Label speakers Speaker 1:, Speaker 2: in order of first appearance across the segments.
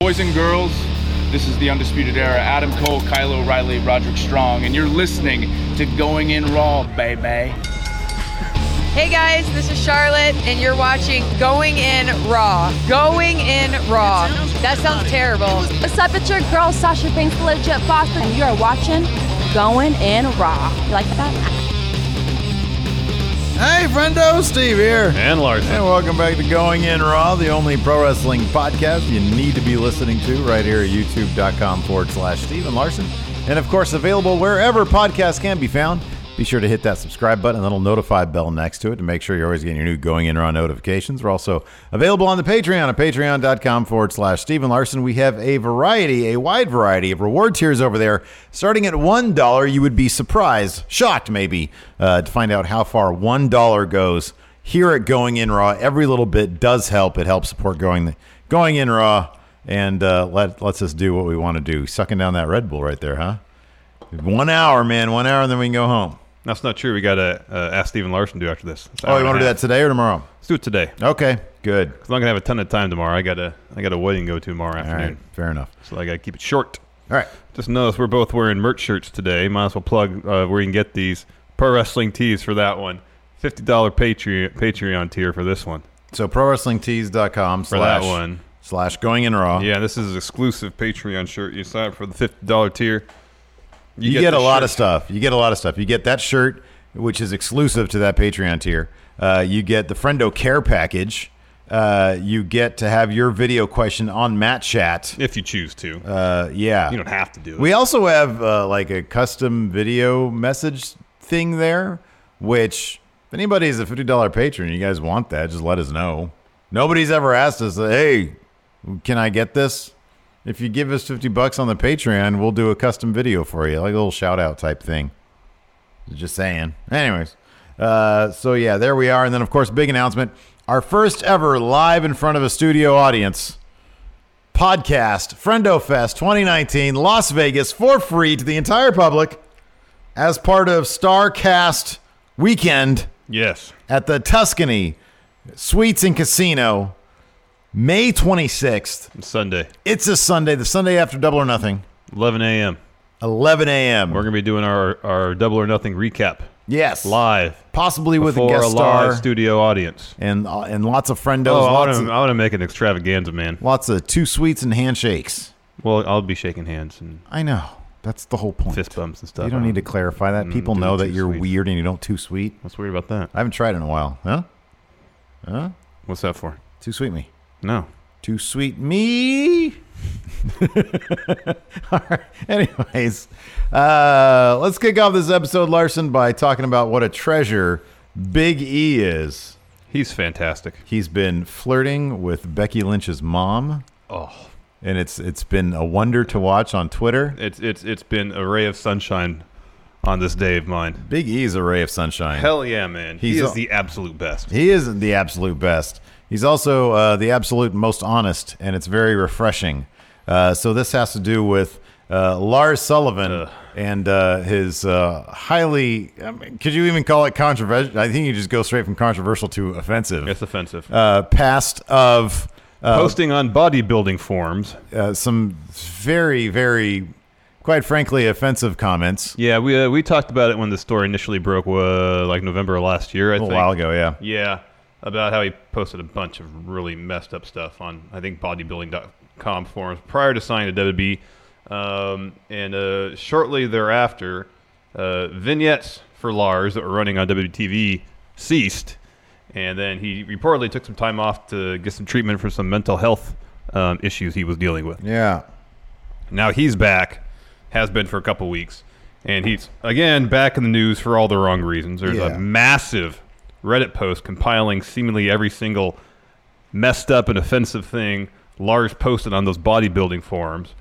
Speaker 1: boys and girls. This is the Undisputed Era. Adam Cole, Kylo Riley, Roderick Strong, and you're listening to Going In Raw, baby.
Speaker 2: Hey guys, this is Charlotte, and you're watching Going In Raw. Going In Raw. That sounds terrible.
Speaker 3: What's up? It's your girl Sasha Banks, the legit boss, and you are watching Going in Raw. You like that?
Speaker 4: Hey, friendo, Steve here.
Speaker 5: And Larson.
Speaker 4: And welcome back to Going In Raw, the only pro wrestling podcast you need to be listening to right here at youtube.com forward slash Steven Larson. And of course, available wherever podcasts can be found. Be sure to hit that subscribe button and little notify bell next to it to make sure you're always getting your new Going In Raw notifications. We're also available on the Patreon at patreon.com forward slash Steven Larson. We have a variety, a wide variety of reward tiers over there. Starting at $1, you would be surprised, shocked maybe, uh, to find out how far $1 goes here at Going In Raw. Every little bit does help. It helps support Going, going In Raw and uh, let, lets us do what we want to do. Sucking down that Red Bull right there, huh? One hour, man. One hour, and then we can go home.
Speaker 5: That's not true. We got to uh, ask Steven Larson to do after this. It's an
Speaker 4: Oh,
Speaker 5: hour
Speaker 4: you
Speaker 5: and
Speaker 4: want to
Speaker 5: a
Speaker 4: do
Speaker 5: half.
Speaker 4: that today or tomorrow?
Speaker 5: Let's do it today. 'Cause
Speaker 4: Okay, good.
Speaker 5: I'm not gonna have a ton of time tomorrow. I got a I got a wedding to go to tomorrow
Speaker 4: All right,
Speaker 5: afternoon,
Speaker 4: fair enough.
Speaker 5: so I got to keep it short.
Speaker 4: All right,
Speaker 5: Just notice we're both wearing merch shirts today. Might as well plug uh, where you can get these pro wrestling tees for that one. Fifty dollar Patreon Patreon tier for this one.
Speaker 4: so prowrestlingtees.com
Speaker 5: For that
Speaker 4: slash
Speaker 5: one.
Speaker 4: slash going in raw.
Speaker 5: Yeah, this is an exclusive Patreon shirt. You sign up for the fifty dollar tier.
Speaker 4: you, get, a
Speaker 5: the
Speaker 4: lot
Speaker 5: shirt.
Speaker 4: of stuff. You get a lot of stuff. You get that shirt, which is exclusive to that Patreon tier. Uh, you get the Friendo Care Package. Uh, you get to have your video question on Matt Chat.
Speaker 5: if you choose to.
Speaker 4: Uh, yeah,
Speaker 5: you don't have to do it.
Speaker 4: We also have uh, like a custom video message thing there, which if anybody is a fifty dollar patron, you guys want that? Just let us know. Nobody's ever asked us, hey, can I get this? If you give us fifty bucks on the Patreon, we'll do a custom video for you, like a little shout out type thing. Just saying. Anyways, uh, so yeah, there we are, and then of course, big announcement: our first ever live in front of a studio audience podcast, Friendo Fest 2019, Las Vegas, for free to the entire public as part of StarCast Weekend
Speaker 5: yes.
Speaker 4: at the Tuscany Suites and Casino, May 26th.
Speaker 5: It's Sunday,
Speaker 4: It's a Sunday, the Sunday after Double or Nothing,
Speaker 5: eleven a.m.
Speaker 4: 11 a.m.
Speaker 5: We're gonna be doing our our double or nothing recap
Speaker 4: yes,
Speaker 5: live
Speaker 4: possibly with a
Speaker 5: for
Speaker 4: guest
Speaker 5: a live
Speaker 4: star
Speaker 5: studio audience.
Speaker 4: and uh, and lots of friendos,
Speaker 5: Oh, I
Speaker 4: lots,
Speaker 5: want to
Speaker 4: of,
Speaker 5: I want to make an extravaganza, man.
Speaker 4: lots of two sweets and handshakes.
Speaker 5: Well, I'll be shaking hands and
Speaker 4: I know that's the whole point.
Speaker 5: fist bumps and stuff.
Speaker 4: You don't need to clarify that. People
Speaker 5: doing
Speaker 4: know that
Speaker 5: too
Speaker 4: you're
Speaker 5: sweet.
Speaker 4: weird and you don't too sweet.
Speaker 5: What's weird about that?
Speaker 4: I haven't tried in a while. Huh?
Speaker 5: What's that for?
Speaker 4: Too sweet me.
Speaker 5: No.
Speaker 4: Too sweet me. All right. Anyways, uh, let's kick off this episode, Larson, by talking about what a treasure Big E is.
Speaker 5: He's fantastic.
Speaker 4: He's been flirting with Becky Lynch's mom,
Speaker 5: Oh,
Speaker 4: and it's it's been a wonder to watch on Twitter.
Speaker 5: it's it's it's been a ray of sunshine on this day of mine.
Speaker 4: Big E's a ray of sunshine.
Speaker 5: Hell yeah, man.
Speaker 4: He's
Speaker 5: he is
Speaker 4: a-
Speaker 5: the absolute best.
Speaker 4: He is the absolute best. He's also uh, the absolute most honest, and it's very refreshing. Uh, so this has to do with uh, Lars Sullivan and uh, his uh, highly. I mean, could you even call it controversial? I think you just go straight from controversial to offensive.
Speaker 5: It's offensive.
Speaker 4: Uh, past of uh,
Speaker 5: Posting on bodybuilding forums.
Speaker 4: uh, some very, very, quite frankly, offensive comments
Speaker 5: Yeah, we uh, we talked about it when the story initially broke, uh, like November of last year. I
Speaker 4: a
Speaker 5: think.
Speaker 4: little while ago. Yeah.
Speaker 5: Yeah, about how he posted a bunch of really messed up stuff on I think bodybuilding.com forums prior to signing to WWE, um, and uh, shortly thereafter, uh, vignettes for Lars that were running on WTV ceased, and then he reportedly took some time off to get some treatment for some mental health um, issues he was dealing with.
Speaker 4: Yeah.
Speaker 5: Now he's back, has been for a couple weeks, and he's again back in the news for all the wrong reasons. There's
Speaker 4: Yeah.
Speaker 5: a massive Reddit post compiling seemingly every single messed up and offensive thing Lars posted on those bodybuilding forums.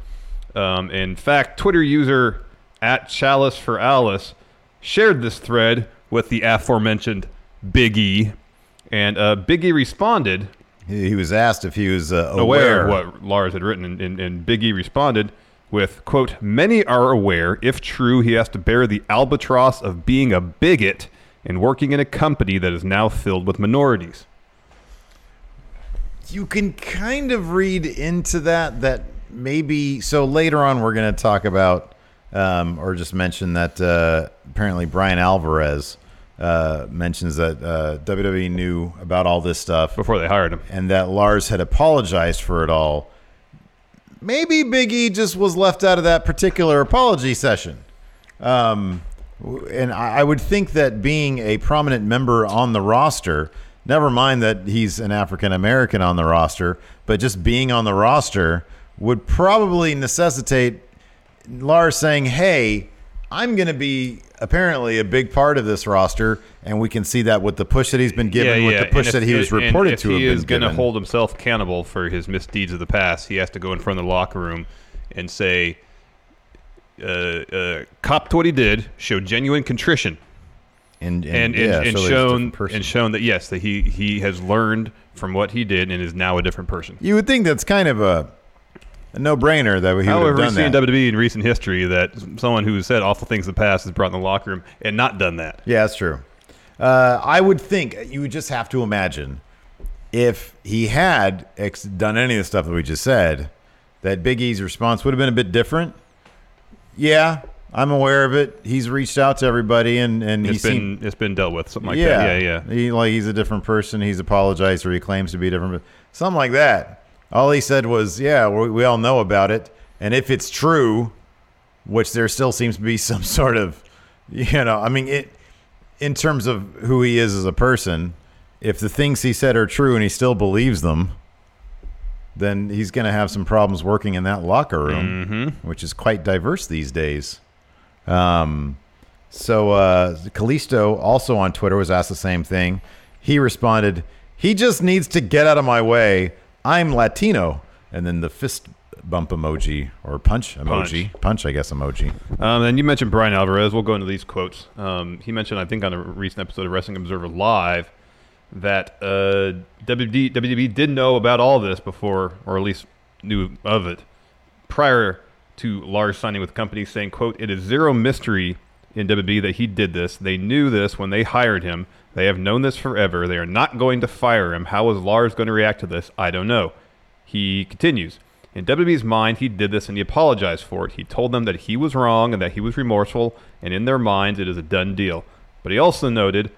Speaker 5: Um, in fact, Twitter user at Chalice for Alice shared this thread with the aforementioned Big E, and uh, Big E responded
Speaker 4: He, he was asked if he was uh,
Speaker 5: aware
Speaker 4: aware.
Speaker 5: of what Lars had written, and, and, and Big E responded with, quote, many are aware, if true, he has to bear the albatross of being a bigot and working in a company that is now filled with minorities.
Speaker 4: you can kind of read into that that maybe so later on we're going to talk about um, or just mention that uh, apparently Brian Alvarez uh, mentions that uh, WWE knew about all this stuff
Speaker 5: before they hired him.
Speaker 4: and that Lars had apologized for it all. Maybe Big E just was left out of that particular apology session. Um, w- and I I would think that being a prominent member on the roster, never mind that he's an African American on the roster, but just being on the roster would probably necessitate Lars saying, "Hey, I'm going to be apparently a big part of this roster," and we can see that with the push that he's been given, with the
Speaker 5: and
Speaker 4: push
Speaker 5: if-
Speaker 4: that he was
Speaker 5: and
Speaker 4: reported
Speaker 5: if
Speaker 4: to have
Speaker 5: he
Speaker 4: been
Speaker 5: is gonna
Speaker 4: given.
Speaker 5: hold himself accountable for his misdeeds of the past, he has to go in front of the locker room and say, uh, uh, "Cop to what he did, show genuine contrition,
Speaker 4: and and,
Speaker 5: and and,
Speaker 4: yeah,
Speaker 5: and
Speaker 4: so there's a
Speaker 5: shown
Speaker 4: different person.
Speaker 5: and shown that yes, that he he has learned from what he did and is now a different person."
Speaker 4: you would think that's kind of a, a no-brainer that he would
Speaker 5: However, we've
Speaker 4: have
Speaker 5: seen
Speaker 4: done that.
Speaker 5: WWE in recent history that someone who said awful things in the past is brought in the locker room and not done that.
Speaker 4: yeah, that's true. Uh, I would think you would just have to imagine if he had ex- done any of the stuff that we just said, that Big E's response would have been a bit different. Yeah, I'm aware of it. He's reached out to everybody, and and
Speaker 5: It's
Speaker 4: he's
Speaker 5: been
Speaker 4: seen,
Speaker 5: it's been dealt with something like
Speaker 4: yeah,
Speaker 5: that. Yeah, yeah.
Speaker 4: He like he's a different person. He's apologized or he claims to be different, something like that. All he said was, "Yeah, we, we all know about it, and if it's true, which there still seems to be some sort of, you know, I mean, it in terms of who he is as a person, if the things he said are true and he still believes them." Then he's going to have some problems working in that locker room,
Speaker 5: Mm-hmm.
Speaker 4: which is quite diverse these days. Um, So uh, Callisto, also on Twitter, was asked the same thing. He responded, "He just needs to get out of my way. I'm Latino." And then the fist bump emoji or punch emoji, punch, I guess emoji.
Speaker 5: Um, and you mentioned Brian Alvarez. We'll go into these quotes. Um, he mentioned, I think, on a recent episode of Wrestling Observer Live, that uh, WD, WWE did E know about all this before, or at least knew of it, prior to Lars signing with companies, saying, "quote It is zero mystery in WWE that he did this. They knew this when they hired him. They have known this forever. They are not going to fire him. How is Lars going to react to this? I don't know." He continues. In WWE's mind, he did this and he apologized for it. He told them that he was wrong and that he was remorseful, and in their minds, it is a done deal. But he also noted,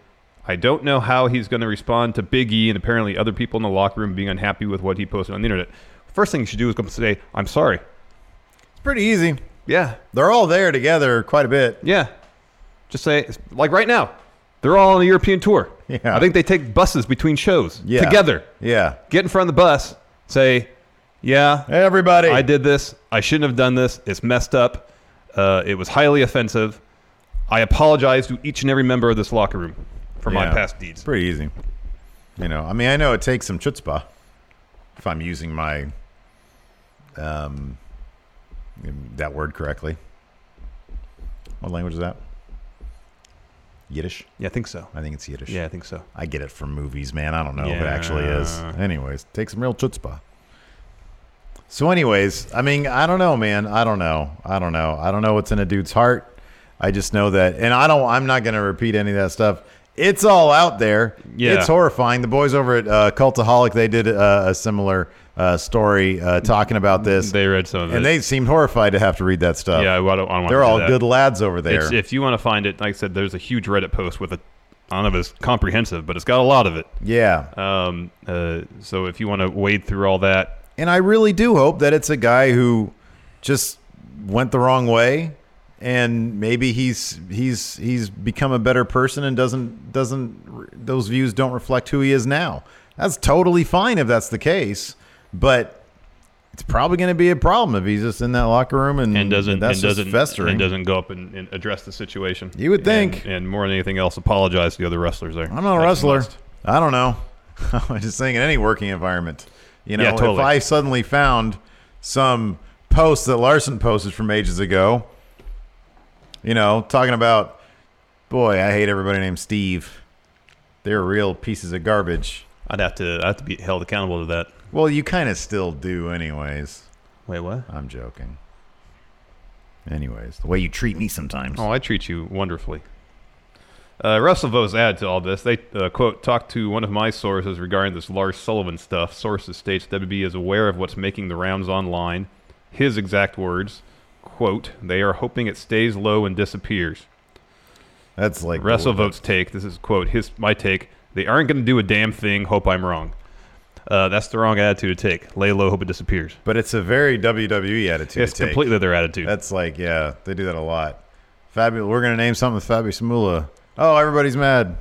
Speaker 5: I don't know how he's going to respond to Big E and apparently other people in the locker room being unhappy with what he posted on the internet. First thing you should do is go up and say, I'm sorry.
Speaker 4: It's pretty easy.
Speaker 5: Yeah,
Speaker 4: They're all there together quite a bit.
Speaker 5: yeah. Just say, like right now, they're all on a European tour.
Speaker 4: Yeah.
Speaker 5: I think they take buses between shows
Speaker 4: Yeah.
Speaker 5: together.
Speaker 4: Yeah,
Speaker 5: Get in front of the bus, say, yeah,
Speaker 4: hey, everybody.
Speaker 5: I did this. I shouldn't have done this. It's messed up. Uh, it was highly offensive. I apologize to each and every member of this locker room for my
Speaker 4: Yeah.
Speaker 5: past deeds.
Speaker 4: It's pretty easy. You know, I mean, I know it takes some chutzpah if I'm using my um that word correctly. What language is that? Yiddish.
Speaker 5: Yeah, I think so.
Speaker 4: I think it's Yiddish.
Speaker 5: Yeah, I think so.
Speaker 4: I get it from movies, man. I don't know if it actually is.
Speaker 5: Yeah.
Speaker 4: Anyways, take some real chutzpah. So, anyways, I mean, I don't know, man. I don't know. I don't know. I don't know what's in a dude's heart. I just know that, and I don't. I'm not going to repeat any of that stuff. It's all out there.
Speaker 5: Yeah.
Speaker 4: it's horrifying. The boys over at uh, Cultaholic they did uh, a similar uh, story uh, talking about this,
Speaker 5: They read some of it.
Speaker 4: and they seemed horrified to have to read that stuff.
Speaker 5: yeah, I don't, I don't want
Speaker 4: they're
Speaker 5: to
Speaker 4: all
Speaker 5: do that.
Speaker 4: good lads over there.
Speaker 5: It's, if you want to find it, like I said, there's a huge Reddit post with a. I don't know if it's comprehensive, but it's got a lot of it.
Speaker 4: yeah,
Speaker 5: Um, uh, so if you want to wade through all that,
Speaker 4: And I really do hope that it's a guy who just went the wrong way and maybe he's he's he's become a better person and doesn't doesn't those views don't reflect who he is now. That's totally fine if that's the case, but it's probably going to be a problem if he's just in that locker room and,
Speaker 5: and doesn't
Speaker 4: Mm, that's
Speaker 5: and
Speaker 4: just
Speaker 5: doesn't
Speaker 4: festering.
Speaker 5: and doesn't go up and, and address the situation.
Speaker 4: You would
Speaker 5: And-
Speaker 4: think.
Speaker 5: and, more than anything else, apologize to the other wrestlers there.
Speaker 4: I'm not a
Speaker 5: That's a
Speaker 4: wrestler.
Speaker 5: must.
Speaker 4: I don't know. I'm just saying in any working environment. You know,
Speaker 5: Yeah, totally.
Speaker 4: if I suddenly found some post that Larson posted from ages ago, you know, talking about, boy, I hate everybody named Steve. They're real pieces of garbage.
Speaker 5: I'd have to I have to be held accountable to that.
Speaker 4: Well, you kind of still do, anyways.
Speaker 5: Wait, what?
Speaker 4: I'm joking. Anyways, the way you treat me sometimes.
Speaker 5: Oh, I treat you wonderfully. Uh, Russell Vos add to all this. They uh, quote talked to one of my sources regarding this Lars Sullivan stuff. Sources states WB is aware of what's making the rounds online. his exact words, quote, they are hoping it stays low and disappears.
Speaker 4: That's like
Speaker 5: WrestleVote's take. This is quote his my take. They aren't going to do a damn thing. Hope I'm wrong. Uh, that's the wrong attitude to take. Lay low. Hope it disappears.
Speaker 4: But it's a very WWE attitude.
Speaker 5: It's
Speaker 4: to take.
Speaker 5: completely their attitude.
Speaker 4: That's like, yeah, they do that a lot. Fabi, we're gonna name something Fabi Smula. Oh, everybody's mad.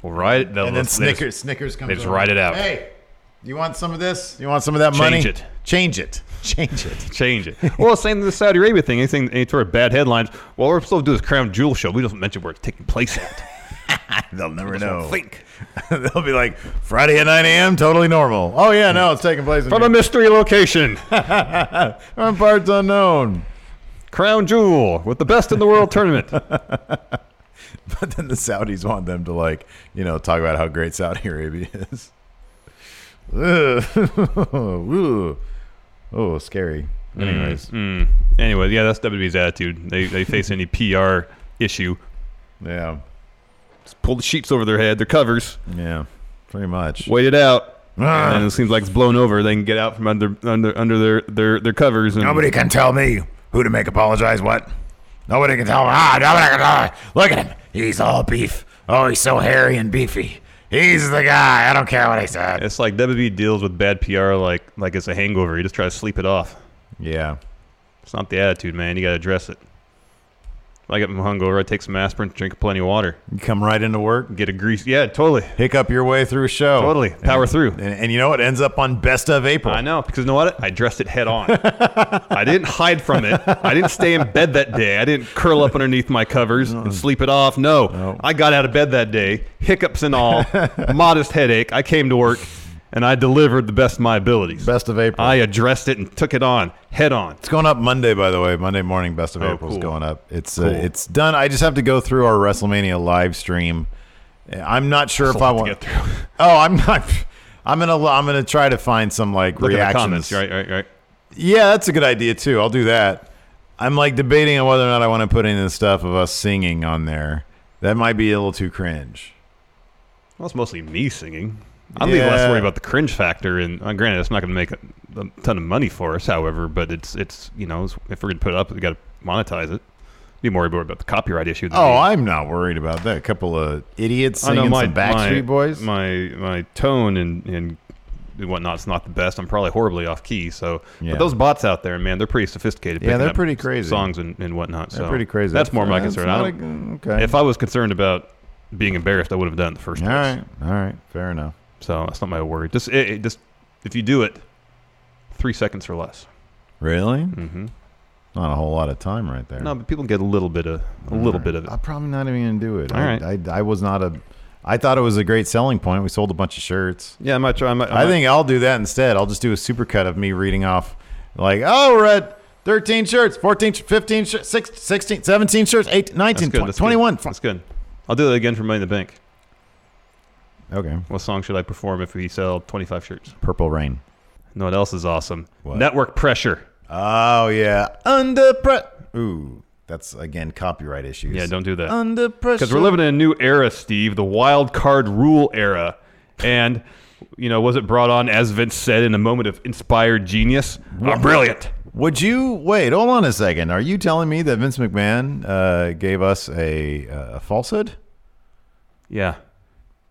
Speaker 5: Well, right. They'll,
Speaker 4: and then
Speaker 5: they just
Speaker 4: Snickers, Snickers comes.
Speaker 5: they just
Speaker 4: over.
Speaker 5: write it out.
Speaker 4: Hey, you want some of this? You want some of that
Speaker 5: Change
Speaker 4: money?
Speaker 5: it.
Speaker 4: Change it. Change it.
Speaker 5: Change it. Well, same with the Saudi Arabia thing. Anything, any sort of bad headlines. Well, we're supposed to do this crown jewel show. We don't mention where it's taking place at.
Speaker 4: They'll never
Speaker 5: So
Speaker 4: know.
Speaker 5: think.
Speaker 4: They'll be like Friday at 9 a.m. Totally normal. Oh yeah, no, it's taking place in
Speaker 5: From a mystery location,
Speaker 4: From parts unknown.
Speaker 5: crown jewel with the best in the world tournament.
Speaker 4: But then the Saudis want them to like, you know, talk about how great Saudi Arabia is. Ugh. Ooh. oh, scary. Anyways,
Speaker 5: Mm. Anyway, yeah, that's WWE's attitude. They they face any PR issue.
Speaker 4: yeah,
Speaker 5: Just pull the sheets over their head, their covers.
Speaker 4: yeah, pretty much.
Speaker 5: wait it out.
Speaker 4: Ah.
Speaker 5: And it seems like it's blown over. They can get out from under under under their their, their covers. And
Speaker 4: Nobody can tell me who to make apologize what. Nobody can tell me. Ah, nobody can tell me. Look at him. He's all beef. Oh, he's so hairy and beefy. He's the guy. I don't care what he said.
Speaker 5: It's like WWE deals with bad PR like like it's a hangover. You just try to sleep it off.
Speaker 4: Yeah.
Speaker 5: It's not the attitude, man. You got to address it. Like I'm hungover, I take some aspirin, drink plenty of water,
Speaker 4: You come right into work,
Speaker 5: get a grease. Yeah, totally,
Speaker 4: hiccup your way through a show.
Speaker 5: totally. Power through.
Speaker 4: And, and you know what? Ends up on Best of April.
Speaker 5: I know because you know what? I addressed it head on. I didn't hide from it. I didn't stay in bed that day. I didn't curl up underneath my covers and sleep it off. No, I got out of bed that day, hiccups and all, modest headache. I came to work and I delivered the best of my abilities.
Speaker 4: Best of April.
Speaker 5: I addressed it and took it on head on.
Speaker 4: It's going up Monday, by the way. Monday morning, best of
Speaker 5: Oh,
Speaker 4: April's
Speaker 5: cool.
Speaker 4: going up. It's uh,
Speaker 5: Cool.
Speaker 4: it's done. I just have to go through our WrestleMania live stream. I'm not sure if
Speaker 5: a lot
Speaker 4: I
Speaker 5: to
Speaker 4: want.
Speaker 5: get through.
Speaker 4: Oh, I'm not. I'm gonna I'm gonna try to find some like
Speaker 5: Look at the
Speaker 4: reactions.
Speaker 5: comments. Right, right, right.
Speaker 4: Yeah, that's a good idea too. I'll do that. I'm like debating on whether or not I want to put any of the stuff of us singing on there. That might be a little too cringe.
Speaker 5: Well, it's mostly me singing. I'm even less
Speaker 4: Yeah.
Speaker 5: worried about the cringe factor, and uh, granted, it's not going to make a, a ton of money for us. However, but it's it's you know it's- if we're going to put it up, we got to monetize it. Be more worried about the copyright issue. Than
Speaker 4: Oh,
Speaker 5: me.
Speaker 4: I'm not worried about that. A couple of idiots
Speaker 5: I
Speaker 4: singing some Backstreet
Speaker 5: my,
Speaker 4: Boys.
Speaker 5: My my tone and and whatnot's not the best. I'm probably horribly off key. So,
Speaker 4: Yeah.
Speaker 5: but those bots out there, man, they're pretty sophisticated.
Speaker 4: Yeah,
Speaker 5: picking
Speaker 4: they're
Speaker 5: up
Speaker 4: pretty crazy.
Speaker 5: songs and, and whatnot.
Speaker 4: They're
Speaker 5: so
Speaker 4: pretty crazy.
Speaker 5: That's more my
Speaker 4: That's
Speaker 5: concern.
Speaker 4: not
Speaker 5: I
Speaker 4: a
Speaker 5: don't,
Speaker 4: good- okay.
Speaker 5: If I was concerned about being embarrassed, I would have done it in the first
Speaker 4: all
Speaker 5: place.
Speaker 4: right, all right, fair enough.
Speaker 5: So that's not my worry. Just it, it just if you do it, three seconds or less.
Speaker 4: Really?
Speaker 5: Mhm.
Speaker 4: Not a whole lot of time right there.
Speaker 5: No, but people get a little bit of a little bit of it.
Speaker 4: I'm probably not even gonna do it.
Speaker 5: All
Speaker 4: I,
Speaker 5: right.
Speaker 4: I, I was not a. I thought it was a great selling point. We sold a bunch of shirts.
Speaker 5: Yeah, I might try. I, might,
Speaker 4: I think I'll do that instead. I'll just do a supercut of me reading off, like, oh, we're at 13 shirts, 14, sh- 15, sh- six- 16, 17 shirts, 18, 19,
Speaker 5: that's good.
Speaker 4: twen-
Speaker 5: That's
Speaker 4: 21.
Speaker 5: Good. That's good. I'll do it again for Money in the Bank.
Speaker 4: Okay.
Speaker 5: What song should I perform if we sell 25 shirts?
Speaker 4: Purple Rain.
Speaker 5: No, what else is awesome?
Speaker 4: What?
Speaker 5: Network pressure.
Speaker 4: Oh, yeah. Under pressure. Ooh, that's, again, copyright issues.
Speaker 5: Yeah, don't do that.
Speaker 4: Under pressure.
Speaker 5: Because we're living in a new era, Steve, the wild card rule era. And, you know, was it brought on, as Vince said, in a moment of inspired genius? Oh, brilliant.
Speaker 4: Would you wait? Hold on a second. Are you telling me that Vince McMahon uh, gave us a, uh, a falsehood?
Speaker 5: Yeah.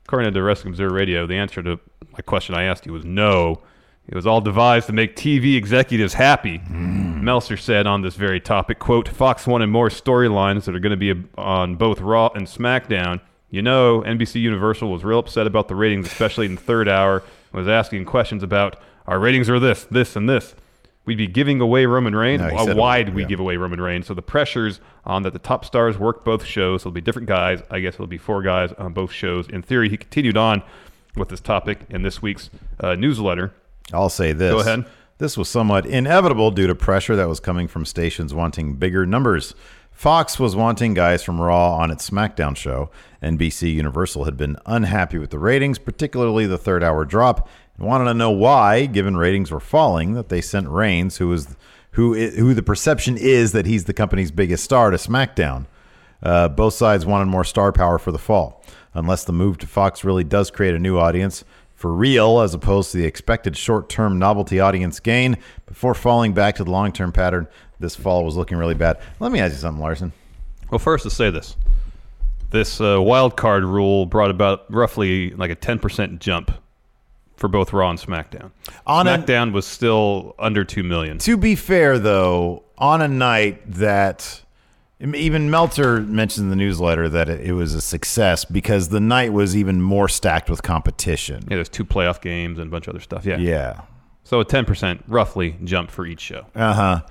Speaker 5: According to Wrestling Observer Radio, the answer to my question I asked you was no. It was all devised to make TV executives happy.
Speaker 4: Mm-hmm.
Speaker 5: Meltzer said on this very topic, quote, Fox wanted more storylines that are going to be on both Raw and SmackDown. You know, NBC Universal was real upset about the ratings, especially in the third hour, and was asking questions about our ratings are this, this, and this. We'd be giving away Roman Reigns.
Speaker 4: No, he
Speaker 5: Uh,
Speaker 4: said it
Speaker 5: Why'd
Speaker 4: was-
Speaker 5: we
Speaker 4: yeah.
Speaker 5: give away Roman Reigns? So the pressures on that the top stars work both shows. It'll be different guys. I guess it'll be four guys on both shows. In theory, he continued on with this topic in this week's uh, newsletter.
Speaker 4: I'll say this.
Speaker 5: Go ahead.
Speaker 4: This was somewhat inevitable due to pressure that was coming from stations wanting bigger numbers. Fox was wanting guys from Raw on its SmackDown show. NBC Universal had been unhappy with the ratings, particularly the third hour drop, and wanted to know why, given ratings were falling, that they sent Reigns, who is who i- who the perception is that he's the company's biggest star, to SmackDown. Uh, both sides wanted more star power for the fall. Unless the move to Fox really does create a new audience, for real as opposed to the expected short term novelty audience gain before falling back to the long term pattern this fall was looking really bad. Let me ask you something, Larson.
Speaker 5: Well, first, let's say this. This uh, wild card rule brought about roughly like a 10% jump for both Raw and SmackDown.
Speaker 4: On a-
Speaker 5: SmackDown was still under 2 million.
Speaker 4: To be fair, though, on a night that even Meltzer mentioned in the newsletter that it, it was a success because the night was even more stacked with competition.
Speaker 5: Yeah, there's two playoff games and a bunch of other stuff. Yeah.
Speaker 4: Yeah.
Speaker 5: So a 10% roughly jump for each show.
Speaker 4: Uh huh.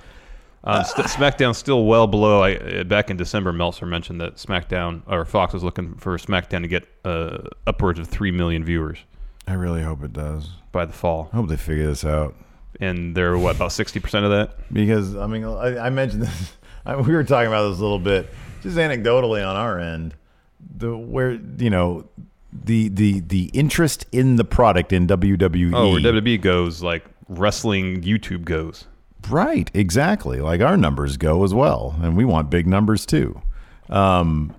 Speaker 5: Um, st- SmackDown still well below. I, uh, back in December, Meltzer mentioned that SmackDown or Fox was looking for SmackDown to get uh, upwards of 3 million viewers
Speaker 4: I really hope it does.
Speaker 5: by the fall.
Speaker 4: I hope they figure this out.
Speaker 5: And they're, what, about 60% of that?
Speaker 4: because I mean, I, I mentioned this. I, we were talking about this a little bit, just anecdotally on our end. The where you know the the the interest in the product in E. WWE.
Speaker 5: Oh, where WWE goes, like wrestling YouTube goes.
Speaker 4: right, exactly. Like our numbers go as well, and we want big numbers too. Um,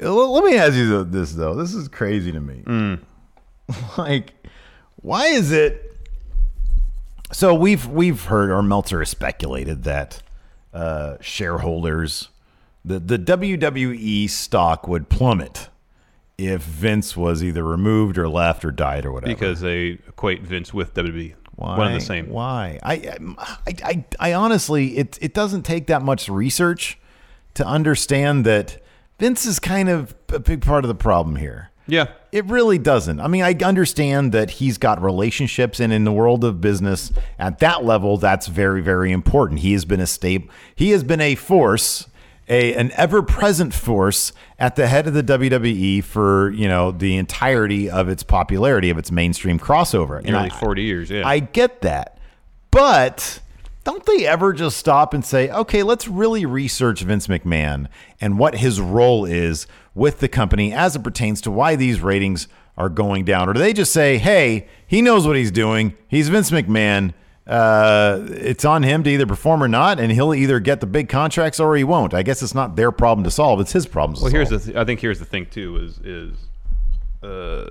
Speaker 4: l- let me ask you th- this though. This is crazy to me. like, why is it? So we've we've heard or Meltzer has speculated that uh, shareholders, the the WWE stock would plummet if Vince was either removed or left or died or whatever.
Speaker 5: because they equate Vince with WWE.
Speaker 4: Why?
Speaker 5: One and the same.
Speaker 4: Why? I, I, I, I honestly, it, it doesn't take that much research to understand that Vince is kind of a big part of the problem here.
Speaker 5: Yeah.
Speaker 4: It really doesn't. I mean, I understand that he's got relationships, and in the world of business, at that level, that's very, very important. He has been a stable. He has been a force, a an ever present force at the head of the WWE for you know the entirety of its popularity of its mainstream crossover. And
Speaker 5: Nearly
Speaker 4: I-
Speaker 5: 40 years. Yeah.
Speaker 4: I get that. But don't they ever just stop and say, okay, let's really research Vince McMahon and what his role is with the company as it pertains to why these ratings are going down? Or do they just say, hey, he knows what he's doing, he's Vince McMahon. Uh, it's on him to either perform or not, and he'll either get the big contracts or he won't. I guess it's not their problem to solve; it's his problem to
Speaker 5: well,
Speaker 4: solve.
Speaker 5: here's the th- I think here's the thing too is is uh,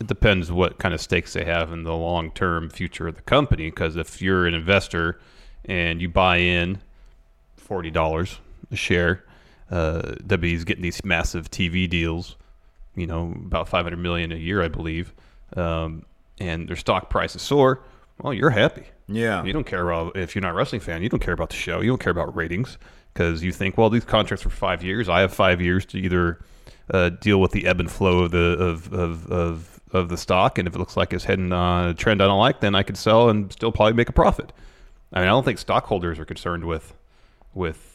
Speaker 5: it depends what kind of stakes they have in the long term future of the company. Because if you're an investor and you buy in forty dollars a share, uh, WWE's getting these massive TV deals. You know, about five hundred million a year, I believe, um, and their stock prices soar. Well, you're happy.
Speaker 4: Yeah.
Speaker 5: you don't care about if you're not a wrestling fan. You don't care about the show. You don't care about ratings because you think, well, these contracts are for five years. I have five years to either uh, deal with the ebb and flow of the of, of of of the stock, and if it looks like it's heading on a trend I don't like, then I could sell and still probably make a profit. I mean, I don't think stockholders are concerned with with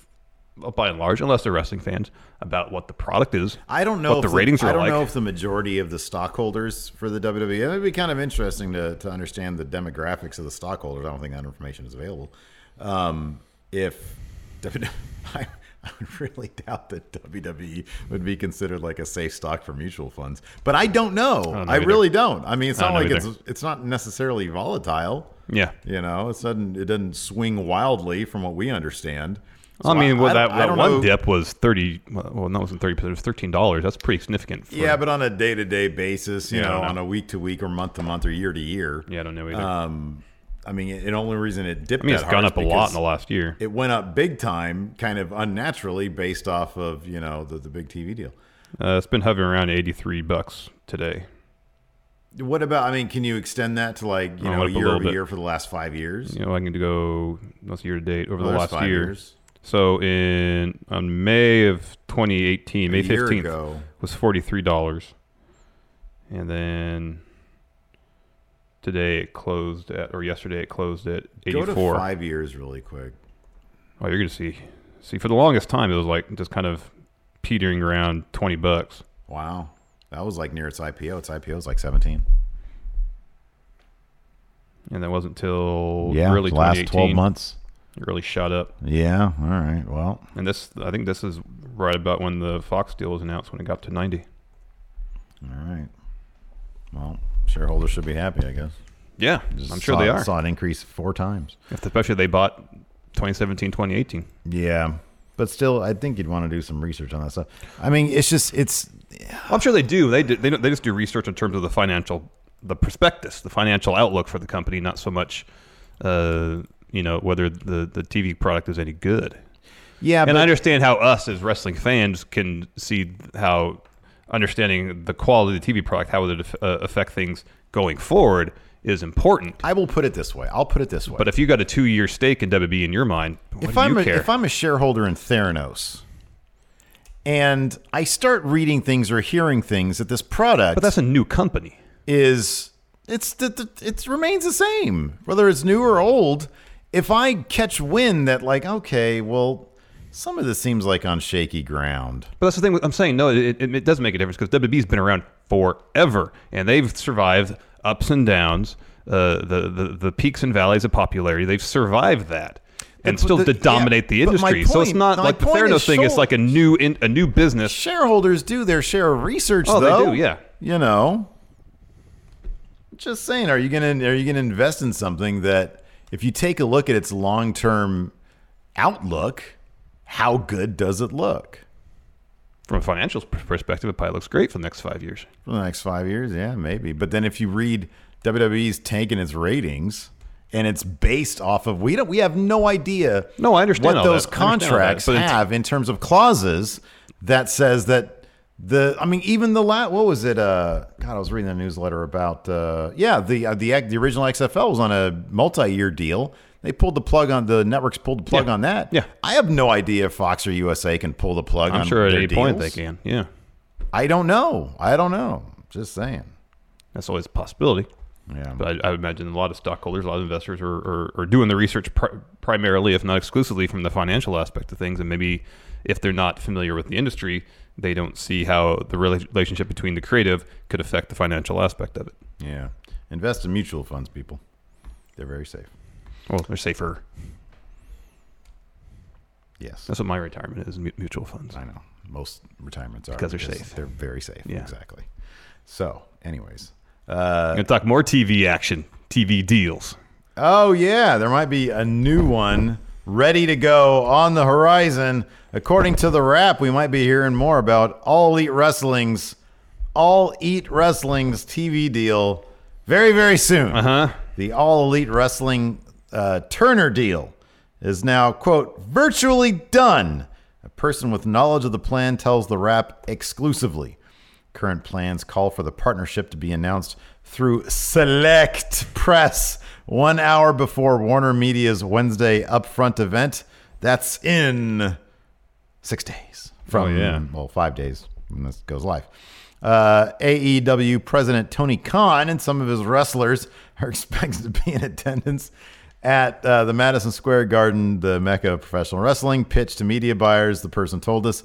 Speaker 5: well, by and large, unless they're wrestling fans, about what the product is.
Speaker 4: I don't know
Speaker 5: what
Speaker 4: if
Speaker 5: the ratings
Speaker 4: I
Speaker 5: are
Speaker 4: don't
Speaker 5: like.
Speaker 4: know if the majority of the stockholders for the WWE. It would be kind of interesting to, to understand the demographics of the stockholders. I don't think that information is available. Um, if WWE, I, I would really doubt that WWE would be considered like a safe stock for mutual funds. But I don't know.
Speaker 5: don't know
Speaker 4: I
Speaker 5: either.
Speaker 4: really don't. I mean, it's
Speaker 5: I
Speaker 4: not
Speaker 5: don't know
Speaker 4: like it's
Speaker 5: either.
Speaker 4: it's not necessarily volatile.
Speaker 5: yeah,
Speaker 4: You know, it doesn't it doesn't swing wildly from what we understand. So
Speaker 5: I mean, well,
Speaker 4: don't-
Speaker 5: that,
Speaker 4: I
Speaker 5: that
Speaker 4: don't
Speaker 5: one
Speaker 4: know.
Speaker 5: dip was thirty. Well, no, it wasn't thirty percent. It was thirteen dollars. That's pretty significant. For,
Speaker 4: Yeah, but on a day to day basis, you
Speaker 5: Yeah, I
Speaker 4: know,
Speaker 5: don't know.
Speaker 4: on a week to week or month to month or year to year.
Speaker 5: yeah, I don't know either.
Speaker 4: Um, I mean, it, the only reason it dipped.
Speaker 5: I mean,
Speaker 4: that
Speaker 5: it's gone
Speaker 4: hard is
Speaker 5: up a lot
Speaker 4: because
Speaker 5: in the last year.
Speaker 4: It went up big time, kind of unnaturally, based off of you know the, the big TV deal.
Speaker 5: Uh, it's been hovering around eighty-three bucks today.
Speaker 4: What about? I mean, can you extend that to like you
Speaker 5: Oh,
Speaker 4: know
Speaker 5: up a
Speaker 4: year
Speaker 5: little
Speaker 4: over
Speaker 5: bit.
Speaker 4: year for the last five years?
Speaker 5: You know, I can go what's the year to date over the
Speaker 4: Well,
Speaker 5: last
Speaker 4: Oh, there's five
Speaker 5: year.
Speaker 4: years.
Speaker 5: So in on May of 2018, May
Speaker 4: A year
Speaker 5: 15th
Speaker 4: ago.
Speaker 5: was $43, and then today it closed at, or yesterday it closed at 84.
Speaker 4: Go to five years really quick.
Speaker 5: Oh, you're gonna see. See, for the longest time, it was like just kind of petering around 20 bucks.
Speaker 4: Wow, that was like near its IPO. Its IPO is like seventeen.
Speaker 5: And that wasn't till early 2018.
Speaker 4: months.
Speaker 5: It really shot up.
Speaker 4: Yeah. All right. Well,
Speaker 5: And this, I think this is right about when the Fox deal was announced when it got up to 90.
Speaker 4: All right. Well, shareholders should be happy, I guess.
Speaker 5: Yeah, I'm sure
Speaker 4: saw,
Speaker 5: they are.
Speaker 4: Saw an increase four times.
Speaker 5: Especially they bought 2017, 2018.
Speaker 4: Yeah, but still, I think you'd want to do some research on that stuff. I mean, it's just it's
Speaker 5: I'm sure they do. They do, they, don't, they just do research in terms of the financial the prospectus, the financial outlook for the company, not so much, uh, you know, whether the, the TV product is any good.
Speaker 4: Yeah,
Speaker 5: and
Speaker 4: but
Speaker 5: I understand how us as wrestling fans can see how understanding the quality of the TV product, how it would uh, affect things going forward, is important.
Speaker 4: I will put it this way. I'll put it this way.
Speaker 5: But if you got a two-year stake in WB in your mind, what
Speaker 4: if
Speaker 5: do
Speaker 4: I'm
Speaker 5: you
Speaker 4: a,
Speaker 5: care?
Speaker 4: if I'm a shareholder in Theranos, and I start reading things or hearing things that this product
Speaker 5: but that's a new company.
Speaker 4: is it's th- th- it remains the same whether it's new or old. If I catch wind that like okay, well, some of this seems like on shaky ground.
Speaker 5: But that's the thing. with- I'm saying no, it, it, it does make a difference because WB's been around forever and they've survived ups and downs, uh, the, the the peaks and valleys of popularity. They've survived that and
Speaker 4: The-
Speaker 5: still
Speaker 4: the-
Speaker 5: to dominate the
Speaker 4: yeah, but my
Speaker 5: industry. so it's
Speaker 4: point-
Speaker 5: not
Speaker 4: my
Speaker 5: like the
Speaker 4: point
Speaker 5: Theranos
Speaker 4: is
Speaker 5: thing. It's
Speaker 4: sure-
Speaker 5: like a new in, a new business.
Speaker 4: Shareholders do their share of research,
Speaker 5: Oh, they
Speaker 4: though.
Speaker 5: do, yeah.
Speaker 4: you know. Just saying, are you gonna are you gonna invest in something that if you take a look at its long term outlook, how good does it look
Speaker 5: From a financial p- perspective, it probably looks great for the next five years.
Speaker 4: for the next five years? Yeah, maybe. But then if you read WWE's tanking its ratings. And it's based off of we don't we have no idea
Speaker 5: No, I understand
Speaker 4: what
Speaker 5: all
Speaker 4: those
Speaker 5: that. I understand all that.
Speaker 4: contracts
Speaker 5: But it's-
Speaker 4: have in terms of clauses that says that the I mean even the la what was it uh God I was reading a newsletter about uh yeah the uh, the act- the original XFL was on a multi-year deal they pulled the plug on the networks pulled the plug
Speaker 5: Yeah.
Speaker 4: on that
Speaker 5: Yeah.
Speaker 4: I have no idea if Fox or USA can pull the plug
Speaker 5: I'm
Speaker 4: on
Speaker 5: sure at
Speaker 4: their
Speaker 5: any point they
Speaker 4: deals.
Speaker 5: can. Yeah,
Speaker 4: I don't know I don't know just saying
Speaker 5: that's always a possibility.
Speaker 4: yeah
Speaker 5: But I, I would imagine a lot of stockholders, a lot of investors are, are, are doing the research pri primarily, if not exclusively, from the financial aspect of things. And maybe if they're not familiar with the industry, they don't see how the rela- relationship between the creative could affect the financial aspect of it.
Speaker 4: yeah invest in mutual funds people they're very safe
Speaker 5: Well, they're safer.
Speaker 4: yes
Speaker 5: That's what my retirement is mu- mutual funds.
Speaker 4: I know most retirements are
Speaker 5: Because they're safe.
Speaker 4: They're very safe.
Speaker 5: Yeah.
Speaker 4: exactly. So, anyways,
Speaker 5: I'm going to talk more TV action, TV deals.
Speaker 4: oh yeah, there might be a new one ready to go on the horizon. According to the wrap, we might be hearing more about All Elite Wrestling's All Eat Wrestling's TV deal very very soon. Uh huh.
Speaker 5: Uh-huh.
Speaker 4: The All Elite Wrestling uh, Turner deal is now quote virtually done. A person with knowledge of the plan tells the wrap exclusively. Current plans call for the partnership to be announced through Select Press one hour before Warner Media's Wednesday upfront event. That's in six days from,
Speaker 5: Oh, yeah.
Speaker 4: well, five days when this goes live. Uh, AEW President Tony Khan and some of his wrestlers are expected to be in attendance at uh, the Madison Square Garden, the mecca of professional wrestling, pitch to media buyers. The person told us.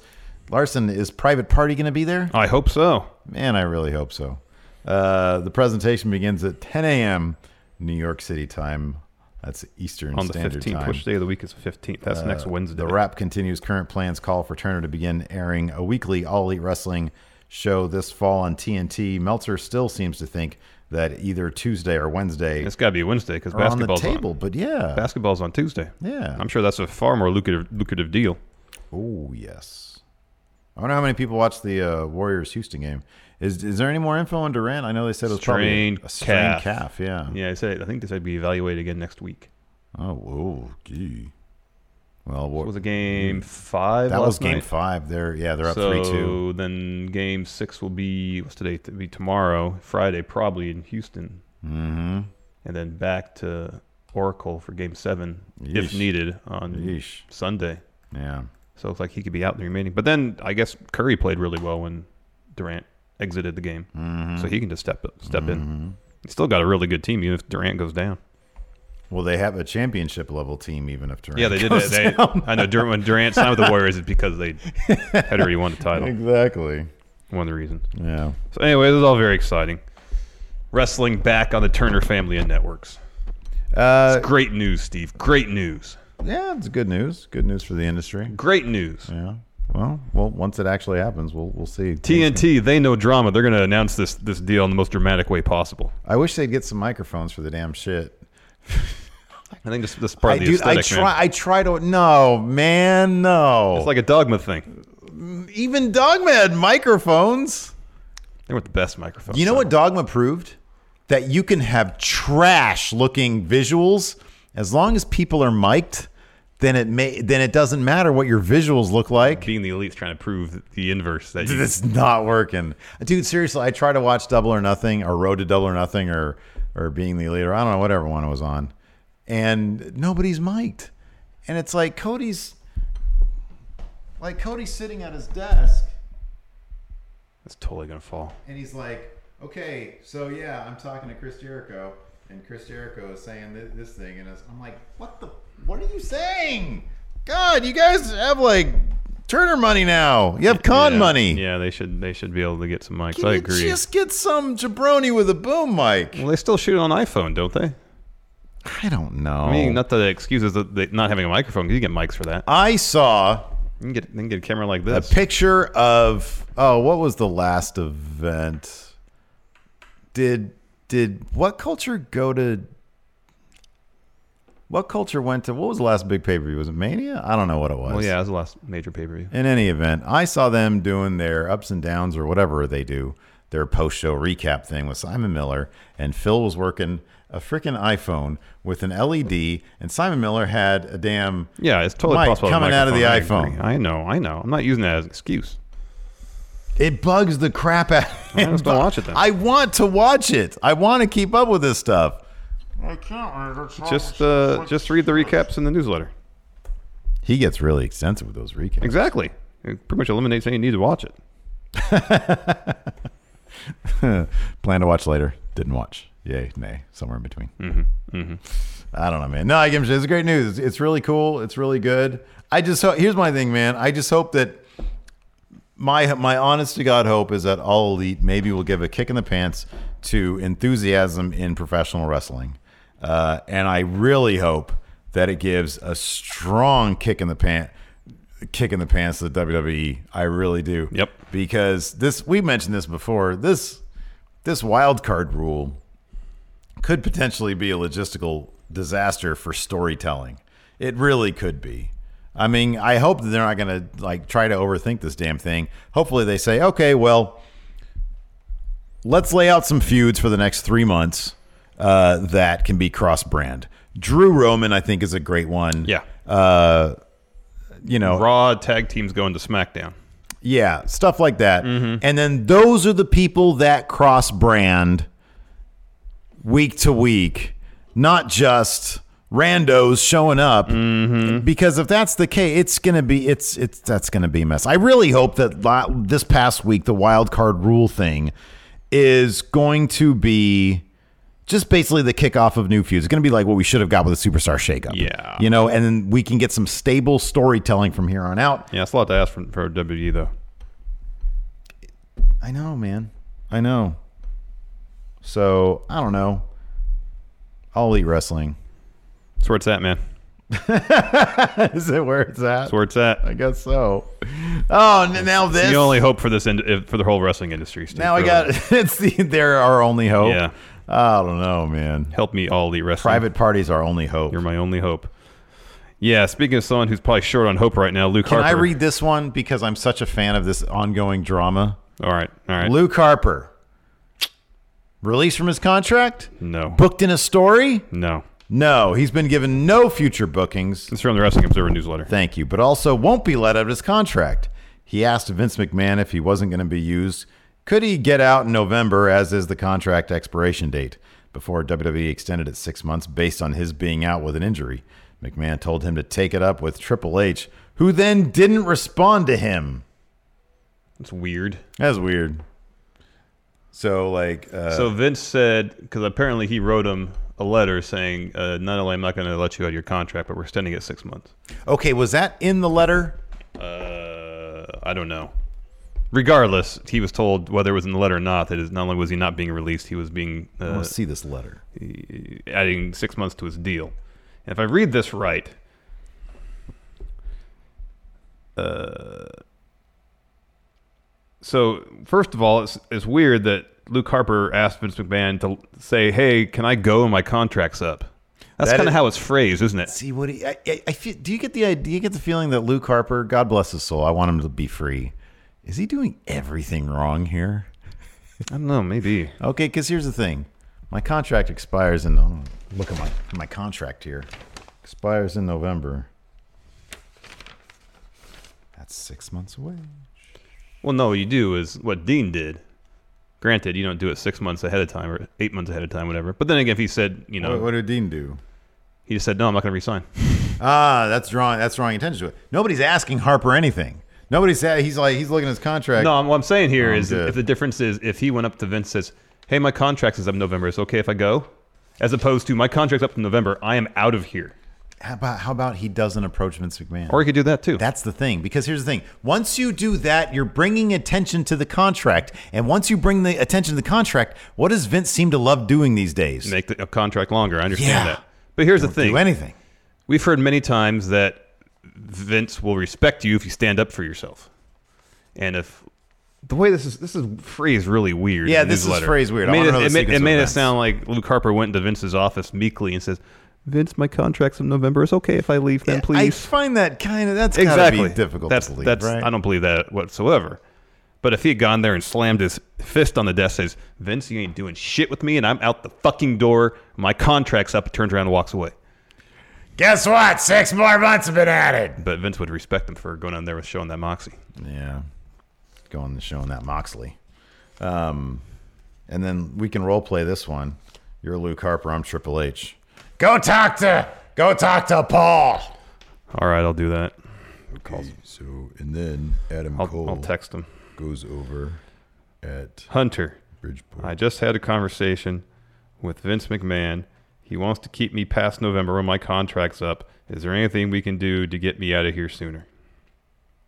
Speaker 4: Larson, is Private Party going to be there?
Speaker 5: I hope so.
Speaker 4: Man, I really hope so. Uh, the presentation begins at 10 a.m. New York City time. That's Eastern
Speaker 5: On the
Speaker 4: Standard
Speaker 5: 15th.
Speaker 4: Time. Uh,
Speaker 5: Which day of the week is the 15th? That's next Wednesday.
Speaker 4: The wrap continues. Current plans call for Turner to begin airing a weekly All Elite Wrestling show this fall on TNT. Meltzer still seems to think that either Tuesday or Wednesday
Speaker 5: It's got to be Wednesday because
Speaker 4: are on the
Speaker 5: basketball's
Speaker 4: table. But yeah.
Speaker 5: Basketball's on Tuesday.
Speaker 4: Yeah.
Speaker 5: I'm sure that's a far more lucrative lucrative deal.
Speaker 4: oh, yes. I wonder how many people watch the uh, Warriors Houston game. Is, is there any more info on Durant? I know they said it was
Speaker 5: Strained
Speaker 4: probably a strained
Speaker 5: calf.
Speaker 4: calf. Yeah.
Speaker 5: Yeah, I said I think they said be evaluated again next week.
Speaker 4: Oh, whoa, gee. Well, what,
Speaker 5: was it game five?
Speaker 4: Mm. that was
Speaker 5: last
Speaker 4: game
Speaker 5: night?
Speaker 4: five. They're yeah, they're up
Speaker 5: so
Speaker 4: three two.
Speaker 5: then game six will be what's today? It'll be tomorrow, Friday, probably in Houston, mm-hmm. and then back to Oracle for game seven if
Speaker 4: Yeesh.
Speaker 5: needed on
Speaker 4: Yeesh.
Speaker 5: Sunday.
Speaker 4: Yeah,
Speaker 5: So it's like he could be out in the remaining. But then I guess Curry played really well when Durant exited the game,
Speaker 4: Mm-hmm.
Speaker 5: so he can just step up, step in. He's still got a really good team even if Durant goes down.
Speaker 4: well, they have a championship level team, even if Durant.
Speaker 5: Yeah, they did.
Speaker 4: goes
Speaker 5: They,
Speaker 4: down.
Speaker 5: I know Durant, when Durant signed with the Warriors, it's because they had already won the title.
Speaker 4: exactly.
Speaker 5: One of the reasons.
Speaker 4: Yeah,
Speaker 5: So anyway, this is all very exciting. Wrestling back on the Turner family and networks.
Speaker 4: uh,
Speaker 5: It's great news, Steve. Great news.
Speaker 4: yeah, it's good news. Good news for the industry.
Speaker 5: Great news.
Speaker 4: Yeah. Well, well, once it actually happens, we'll we'll see.
Speaker 5: TNT, they know drama. They're going to announce this this deal in the most dramatic way possible.
Speaker 4: I wish they'd get some microphones for the damn shit.
Speaker 5: I think this, this is part
Speaker 4: I
Speaker 5: of the
Speaker 4: do.
Speaker 5: aesthetic,
Speaker 4: I
Speaker 5: man.
Speaker 4: try. I try to. No, man, no.
Speaker 5: It's like a dogma thing.
Speaker 4: even Dogma had microphones.
Speaker 5: They were the best microphones.
Speaker 4: You know
Speaker 5: so.
Speaker 4: what Dogma proved? that you can have trash looking visuals as long as people are mic'd. Then it may then it doesn't matter what your visuals look like.
Speaker 5: Being the elite's trying to prove the inverse that you,
Speaker 4: It's not working, dude. Seriously, I try to watch Double or Nothing or Road to Double or Nothing or or Being the Leader. I don't know whatever one I was on, and nobody's mic'd, and it's like Cody's like Cody's sitting at his desk,
Speaker 5: it's totally gonna fall.
Speaker 4: and he's like, okay, so yeah, I'm talking to Chris Jericho, and Chris Jericho is saying this, this thing, and it's- I'm like, what the, what are you saying? God, you guys have like Turner money now. You have con
Speaker 5: Yeah.
Speaker 4: money.
Speaker 5: Yeah, they should they should be able to get some mics.
Speaker 4: Can
Speaker 5: I
Speaker 4: you
Speaker 5: agree.
Speaker 4: just get some jabroni with a boom mic?
Speaker 5: Well, they still shoot on iPhone, don't they?
Speaker 4: I don't know.
Speaker 5: I mean, not that it excuses that they not having a microphone. 'cause You can get mics for that.
Speaker 4: I saw
Speaker 5: You can get, you can get a camera like
Speaker 4: a
Speaker 5: this.
Speaker 4: picture of oh, what was the last event? Did did what culture go to? What culture went to? What was the last big pay per view? Was it Mania? I don't know what it was.
Speaker 5: well, yeah, that was the last major pay per view.
Speaker 4: In any event, I saw them doing their ups and downs or whatever they do, their post show recap thing with Simon Miller, and Phil was working a freaking iPhone with an LED, and Simon Miller had a damn.
Speaker 5: Yeah, it's totally
Speaker 4: Mike,
Speaker 5: possible.
Speaker 4: coming out of the
Speaker 5: I agree.
Speaker 4: iPhone.
Speaker 5: I know, I know. I'm not using that as an excuse.
Speaker 4: It bugs the crap out.
Speaker 5: I just don't watch it then.
Speaker 4: I want to watch it. I want to keep up with this stuff.
Speaker 6: I can't read it.
Speaker 5: Just uh, just read the recaps in the newsletter.
Speaker 4: He gets really extensive with those recaps.
Speaker 5: Exactly. It pretty much eliminates any need to watch it.
Speaker 4: Plan to watch later. Didn't watch. Yay, nay, somewhere in between. Mm-hmm. Mm-hmm. I don't know, man. No, I give him shit. It's great news. It's, it's really cool. It's really good. I just hope, here's my thing, man. I just hope that my my honest to god hope is that all elite maybe will give a kick in the pants to enthusiasm in professional wrestling, uh, and I really hope that it gives a strong kick in the pant kick in the pants to WWE. I really do.
Speaker 5: Yep.
Speaker 4: Because this we mentioned this before. This this wild card rule could potentially be a logistical disaster for storytelling. It really could be. I mean, I hope that they're not going to like try to overthink this damn thing. Hopefully they say, "Okay, well, let's lay out some feuds for the next 3 months uh, that can be cross-brand." Drew Roman I think is a great one.
Speaker 5: Yeah.
Speaker 4: Uh, you know,
Speaker 5: Raw tag teams going to SmackDown.
Speaker 4: yeah, stuff like that. And then those are the people that cross brand week to week, not just randos showing up. Because if that's the case, it's gonna be it's it's that's gonna be a mess. I really hope that la- this past week the wild card rule thing is going to be just basically the kickoff of new feuds. It's going to be like what we should have got with the superstar shakeup.
Speaker 5: Yeah.
Speaker 4: you know, and then we can get some stable storytelling from here on out.
Speaker 5: Yeah, it's a lot to ask for, for WWE though.
Speaker 4: I know, man. I know. So I don't know. I'll eat wrestling.
Speaker 5: That's where it's at, man.
Speaker 4: Is it where it's at?
Speaker 5: That's where it's at.
Speaker 4: I guess so. Oh, n- now this.
Speaker 5: the only hope for this ind- if- for the whole wrestling industry. Steve,
Speaker 4: now I
Speaker 5: really.
Speaker 4: got it's the they're our only hope.
Speaker 5: Yeah.
Speaker 4: I don't know, man.
Speaker 5: help me all elite wrestling.
Speaker 4: Private parties are only hope.
Speaker 5: You're my only hope. Yeah, speaking of someone who's probably short on hope right now, Luke
Speaker 4: Can I
Speaker 5: Harper.
Speaker 4: read this one because I'm such a fan of this ongoing drama?
Speaker 5: All right, all right.
Speaker 4: Luke Harper released from his contract,
Speaker 5: no,
Speaker 4: booked in a story.
Speaker 5: no.
Speaker 4: No, he's been given no future bookings.
Speaker 5: It's from the Wrestling Observer newsletter.
Speaker 4: Thank you. But also won't be let out of his contract. He asked Vince McMahon if he wasn't going to be used. Could he get out in November, as is the contract expiration date, before WWE extended it six months based on his being out with an injury? McMahon told him to take it up with Triple H, who then didn't respond to him.
Speaker 5: It's weird.
Speaker 4: That's weird. So, like, uh,
Speaker 5: so Vince said because apparently he wrote him a letter saying, uh, "Not only am I going to let you out of your contract, but we're extending it six months."
Speaker 4: okay, was that in the letter?
Speaker 5: Uh, I don't know. Regardless, he was told whether it was in the letter or not that is not only was he not being released, he was being
Speaker 4: I
Speaker 5: uh,
Speaker 4: want to see this letter.
Speaker 5: adding six months to his deal. And if I read this right, uh, uh, so first of all, it's, it's weird that Luke Harper asked Vince McMahon to say, "Hey, can I go? My contract's up." That's
Speaker 4: That
Speaker 5: kind of
Speaker 4: is-
Speaker 5: how it's phrased, isn't it?
Speaker 4: See what he, I, I, I feel, do you get the idea? Do you get the feeling that Luke Harper, God bless his soul, I want him to be free. Is he doing everything wrong here?
Speaker 5: I don't know. Maybe
Speaker 4: Okay, because here's the thing: My contract expires in. Oh, look at my my contract here. Expires in November. That's six months away.
Speaker 5: Well, no, what you do is what Dean did. Granted, you don't do it six months ahead of time or eight months ahead of time, whatever. But then again, if he said, you know,
Speaker 4: What, what did Dean do?
Speaker 5: he just said, no, I'm not going to resign.
Speaker 4: Ah, that's drawing that's drawing attention to it. Nobody's asking Harper anything. Nobody's a- he's like he's looking at his contract.
Speaker 5: No, I'm, what I'm saying here
Speaker 4: I'm
Speaker 5: is
Speaker 4: good.
Speaker 5: if the difference is if he went up to Vince and says, hey, my contract is up November. It's okay if I go? As opposed to my contract's up in November. I am out of here.
Speaker 4: How about how about he doesn't approach Vince McMahon?
Speaker 5: Or he could do that too.
Speaker 4: That's the thing. Because here's the thing: once you do that, you're bringing attention to the contract, and once you bring the attention to the contract, what does Vince seem to love doing these days?
Speaker 5: Make the a contract longer. I understand
Speaker 4: Yeah.
Speaker 5: that. But here's the thing.
Speaker 4: Do anything.
Speaker 5: We've heard many times that Vince will respect you if you stand up for yourself. And if the way this is this is phrase really weird.
Speaker 4: Yeah,
Speaker 5: in the
Speaker 4: this is
Speaker 5: newsletter.
Speaker 4: phrase weird. I
Speaker 5: It made,
Speaker 4: wanna
Speaker 5: it,
Speaker 4: know the
Speaker 5: it made,
Speaker 4: sequence
Speaker 5: it
Speaker 4: of
Speaker 5: made it
Speaker 4: events.
Speaker 5: sound like Luke Harper went into Vince's office meekly and says, "Vince, my contract's in November. It's okay if I leave. Then
Speaker 4: I
Speaker 5: please."
Speaker 4: find that kind of that's
Speaker 5: exactly
Speaker 4: gotta be difficult
Speaker 5: That's
Speaker 4: to believe,
Speaker 5: that's
Speaker 4: right?
Speaker 5: I don't believe that whatsoever. But if he had gone there and slammed his fist on the desk, says, "Vince, you ain't doing shit with me, and I'm out the fucking door. My contract's up." Turns around and walks away.
Speaker 4: Guess what? Six more months have been added.
Speaker 5: But Vince would respect him for going on there with showing that moxie.
Speaker 4: Yeah, going and showing that Moxley, um, and then we can role play this one. You're Luke Harper. I'm Triple H. Go talk to go talk to Paul.
Speaker 5: All right, I'll do that.
Speaker 7: So, and then Adam
Speaker 5: I'll,
Speaker 7: Cole
Speaker 5: I'll text him.
Speaker 7: goes over at
Speaker 5: Hunter,
Speaker 7: Bridgeport.
Speaker 5: I just had a conversation with Vince McMahon. He wants to keep me past November when my contract's up. Is there anything we can do to get me out of here sooner?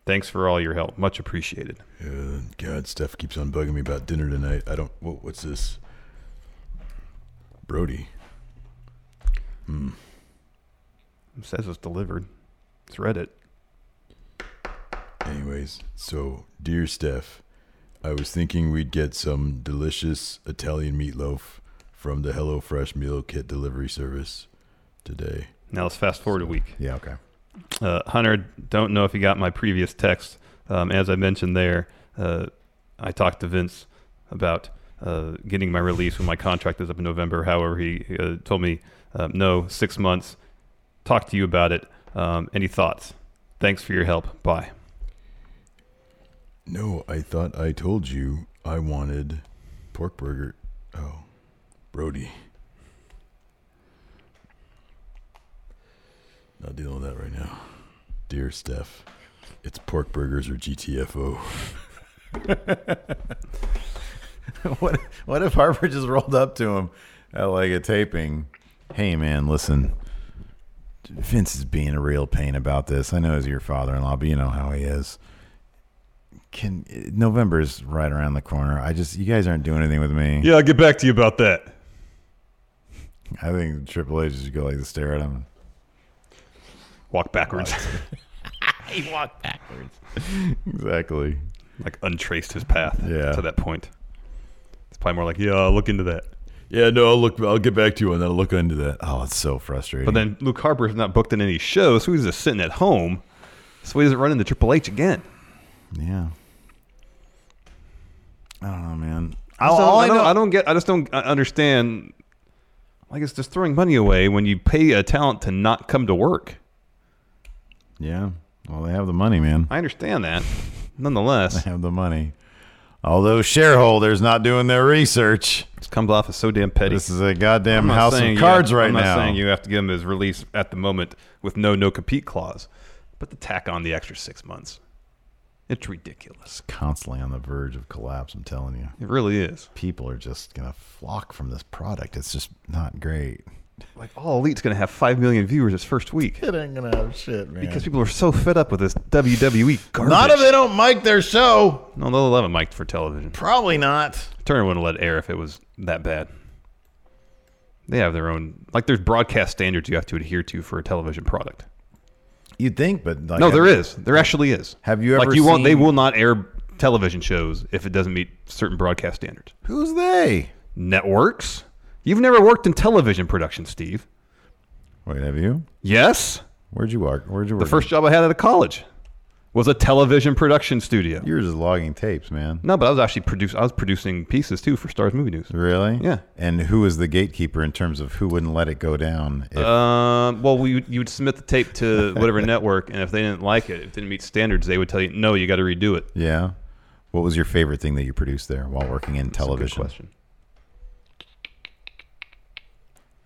Speaker 5: Thanks for all your help. Much appreciated.
Speaker 7: Yeah, Uh, God, Steph keeps on bugging me about dinner tonight. I don't. What, what's this? Brody.
Speaker 5: It says it's delivered. It's Reddit.
Speaker 7: Anyways, so dear Steph, I was thinking we'd get some delicious Italian meatloaf from the HelloFresh meal kit delivery service today.
Speaker 5: Now let's fast forward a week.
Speaker 4: Yeah. Okay.
Speaker 5: Uh, Hunter, don't know if you got my previous text. Um, as I mentioned there, uh, I talked to Vince about uh, getting my release when my contract is up in November. However, he uh, told me, uh, no, six months. Talk to you about it. Um, any thoughts? Thanks for your help. Bye.
Speaker 7: No, I thought I told you I wanted pork burger. Oh, Brody. Not dealing with that right now. Dear Steph, it's pork burgers or GTFO.
Speaker 4: what what if Harper just rolled up to him at like a taping? Hey man, listen. Vince is being a real pain about this. I know he's your father-in-law, but you know how he is. Can November's right around the corner. I just you guys aren't doing anything with me.
Speaker 5: I'll get back to you about that.
Speaker 4: I think Triple H should go like stare at him.
Speaker 5: Walk backwards,
Speaker 4: Exactly.
Speaker 5: like untraced his path
Speaker 4: Yeah.
Speaker 5: to that point. It's probably more like, yeah, I'll look into that.
Speaker 7: Yeah, no, I'll look. I'll get back to you on that. I'll look into that.
Speaker 4: Oh, it's so frustrating.
Speaker 5: But then Luke Harper's not booked in any shows, so he's just sitting at home. So he doesn't run into Triple H again.
Speaker 4: yeah. I don't know, man.
Speaker 5: So
Speaker 4: I'll, Oh, all
Speaker 5: I,
Speaker 4: I
Speaker 5: don't,
Speaker 4: know,
Speaker 5: I don't get. I just don't uh, understand. Like it's just throwing money away when you pay a talent to not come to work.
Speaker 4: yeah. Well, they have the money, man.
Speaker 5: I understand that. Nonetheless,
Speaker 4: have the money. Although shareholders not doing their research,
Speaker 5: it comes off as so damn petty.
Speaker 4: this is a goddamn
Speaker 5: not
Speaker 4: house
Speaker 5: saying
Speaker 4: of
Speaker 5: you
Speaker 4: cards
Speaker 5: have-
Speaker 4: right
Speaker 5: I'm
Speaker 4: now.
Speaker 5: not saying you have to give him his release at the moment with no no compete clause, but to tack on the extra six months, it's ridiculous.
Speaker 4: Constantly on the verge of collapse. I'm telling you,
Speaker 5: It really is.
Speaker 4: people are just gonna flock from this product. It's just not great.
Speaker 5: Like all elite's going to have five million viewers its first week.
Speaker 4: It ain't gonna have shit, man.
Speaker 5: Because people are so fed up with this WWE garbage.
Speaker 4: not if they don't mic their show.
Speaker 5: No, they'll love it mic for television.
Speaker 4: Probably not.
Speaker 5: Turner wouldn't let air if it was that bad. They have their own like there's broadcast standards you have to adhere to for a television product.
Speaker 4: You'd think, but like,
Speaker 5: no, there is. There actually is.
Speaker 4: Have you ever
Speaker 5: like you won't they
Speaker 4: seen-
Speaker 5: will not air television shows if it doesn't meet certain broadcast standards.
Speaker 4: Who's they?
Speaker 5: Networks? You've never worked in television production, Steve.
Speaker 4: Wait, have you?
Speaker 5: Yes?
Speaker 4: Where'd you work? Where'd you work?
Speaker 5: The first job I had out of college. was a television production studio.
Speaker 4: You were just logging tapes, man.
Speaker 5: No, but I was actually produce. I was producing pieces too for Stars Movie News.
Speaker 4: Really?
Speaker 5: Yeah.
Speaker 4: And who was the gatekeeper in terms of who wouldn't let it go down? If,
Speaker 5: Um, well, we, you would submit the tape to whatever network, and if they didn't like it, if it didn't meet standards, they would tell you, no, you got to redo it.
Speaker 4: yeah. What was your favorite thing that you produced there while working in
Speaker 5: Good
Speaker 4: television?
Speaker 5: question.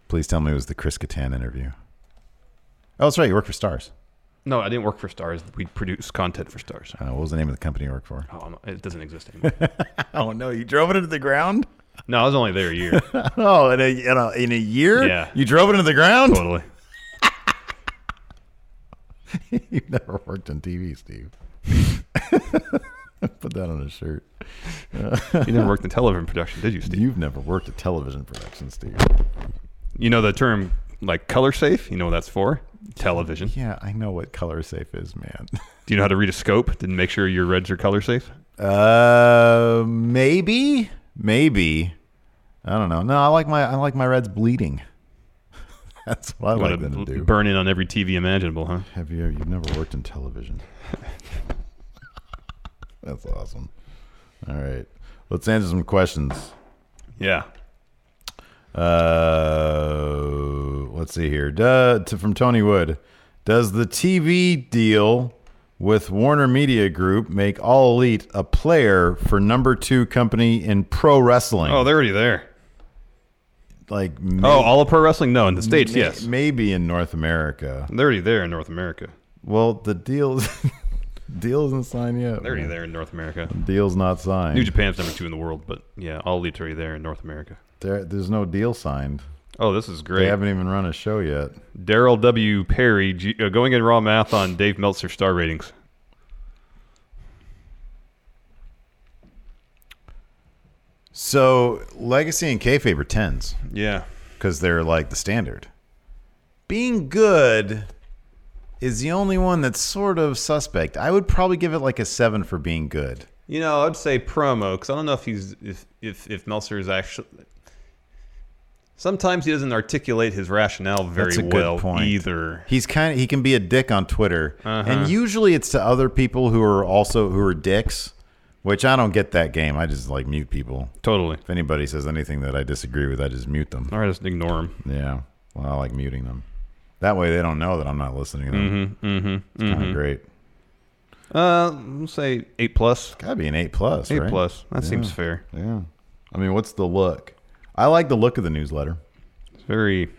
Speaker 4: Please tell me it was the Chris Kattan interview. Oh, that's right. You worked for Stars.
Speaker 5: No, I didn't work for Stars. We produced content for Stars.
Speaker 4: Uh, what was the name of the company you worked for?
Speaker 5: Oh, I'm- it doesn't exist anymore.
Speaker 4: Oh no, you drove it into the ground.
Speaker 5: no, I was only there a year.
Speaker 4: Oh, in a in a, in a year,
Speaker 5: Yeah.
Speaker 4: you drove it into the ground.
Speaker 5: totally.
Speaker 4: You've never worked on TV, Steve. Put that on a shirt.
Speaker 5: You never worked in television production, did you, Steve?
Speaker 4: You've never worked a television production, Steve.
Speaker 5: You know the term like color safe? You know what that's for? Television.
Speaker 4: Yeah, I know what color safe is, man.
Speaker 5: Do you know how to read a scope and make sure your reds are color safe?
Speaker 4: Uh, maybe, maybe. I don't know. No, I like my I like my Reds bleeding. That's what I
Speaker 5: You
Speaker 4: like
Speaker 5: wanna
Speaker 4: them to
Speaker 5: bl-
Speaker 4: do.
Speaker 5: burn in on every TV imaginable, huh?
Speaker 7: Have you? You've never worked in television.
Speaker 4: That's awesome. All right, let's answer some questions.
Speaker 5: Yeah.
Speaker 4: Uh, let's see here. Duh, to, from Tony Wood, does the TV deal with Warner Media Group make All Elite a player for number two company in pro wrestling?
Speaker 5: Oh, they're already there.
Speaker 4: like
Speaker 5: Oh, all of pro wrestling? No, in the States, yes.
Speaker 4: maybe in North America.
Speaker 5: They're already there in North America.
Speaker 4: Well, the deal's deal isn't signed yet.
Speaker 5: They're already
Speaker 4: man.
Speaker 5: there in North America.
Speaker 4: Deal's not signed.
Speaker 5: New Japan's number two in the world, but yeah, all elite are already there in North America.
Speaker 4: There, there's no deal signed.
Speaker 5: Oh, this is
Speaker 4: They
Speaker 5: great.
Speaker 4: haven't even run a show yet.
Speaker 5: Daryl W. Perry G- uh, going in raw math on Dave Meltzer star ratings.
Speaker 4: So legacy and kayfabe are tens
Speaker 5: Yeah.
Speaker 4: because they're like the standard. Being good is the only one that's sort of suspect. I would probably give it like a seven for being good.
Speaker 5: You know, I'd say promo because I don't know if he's if if if Meltzer is actually. Sometimes he doesn't articulate his rationale very
Speaker 4: That's a good
Speaker 5: well
Speaker 4: point.
Speaker 5: either.
Speaker 4: He's kind of he can be a dick on Twitter, and usually it's to other people who are also who are dicks. Which I don't get that game. I just like mute people.
Speaker 5: Totally.
Speaker 4: If anybody says anything that I disagree with, I just mute them.
Speaker 5: All right, just ignore him.
Speaker 4: Yeah. Well, I like muting them. That way they don't know that I'm not listening to them. Mm-hmm, mm-hmm, it's kind of great.
Speaker 5: Uh, let's say eight plus.
Speaker 4: Gotta be an eight plus.
Speaker 5: Eight
Speaker 4: right?
Speaker 5: plus. That seems fair.
Speaker 4: Yeah. I mean, what's the look? I like the look of the newsletter.
Speaker 5: It's very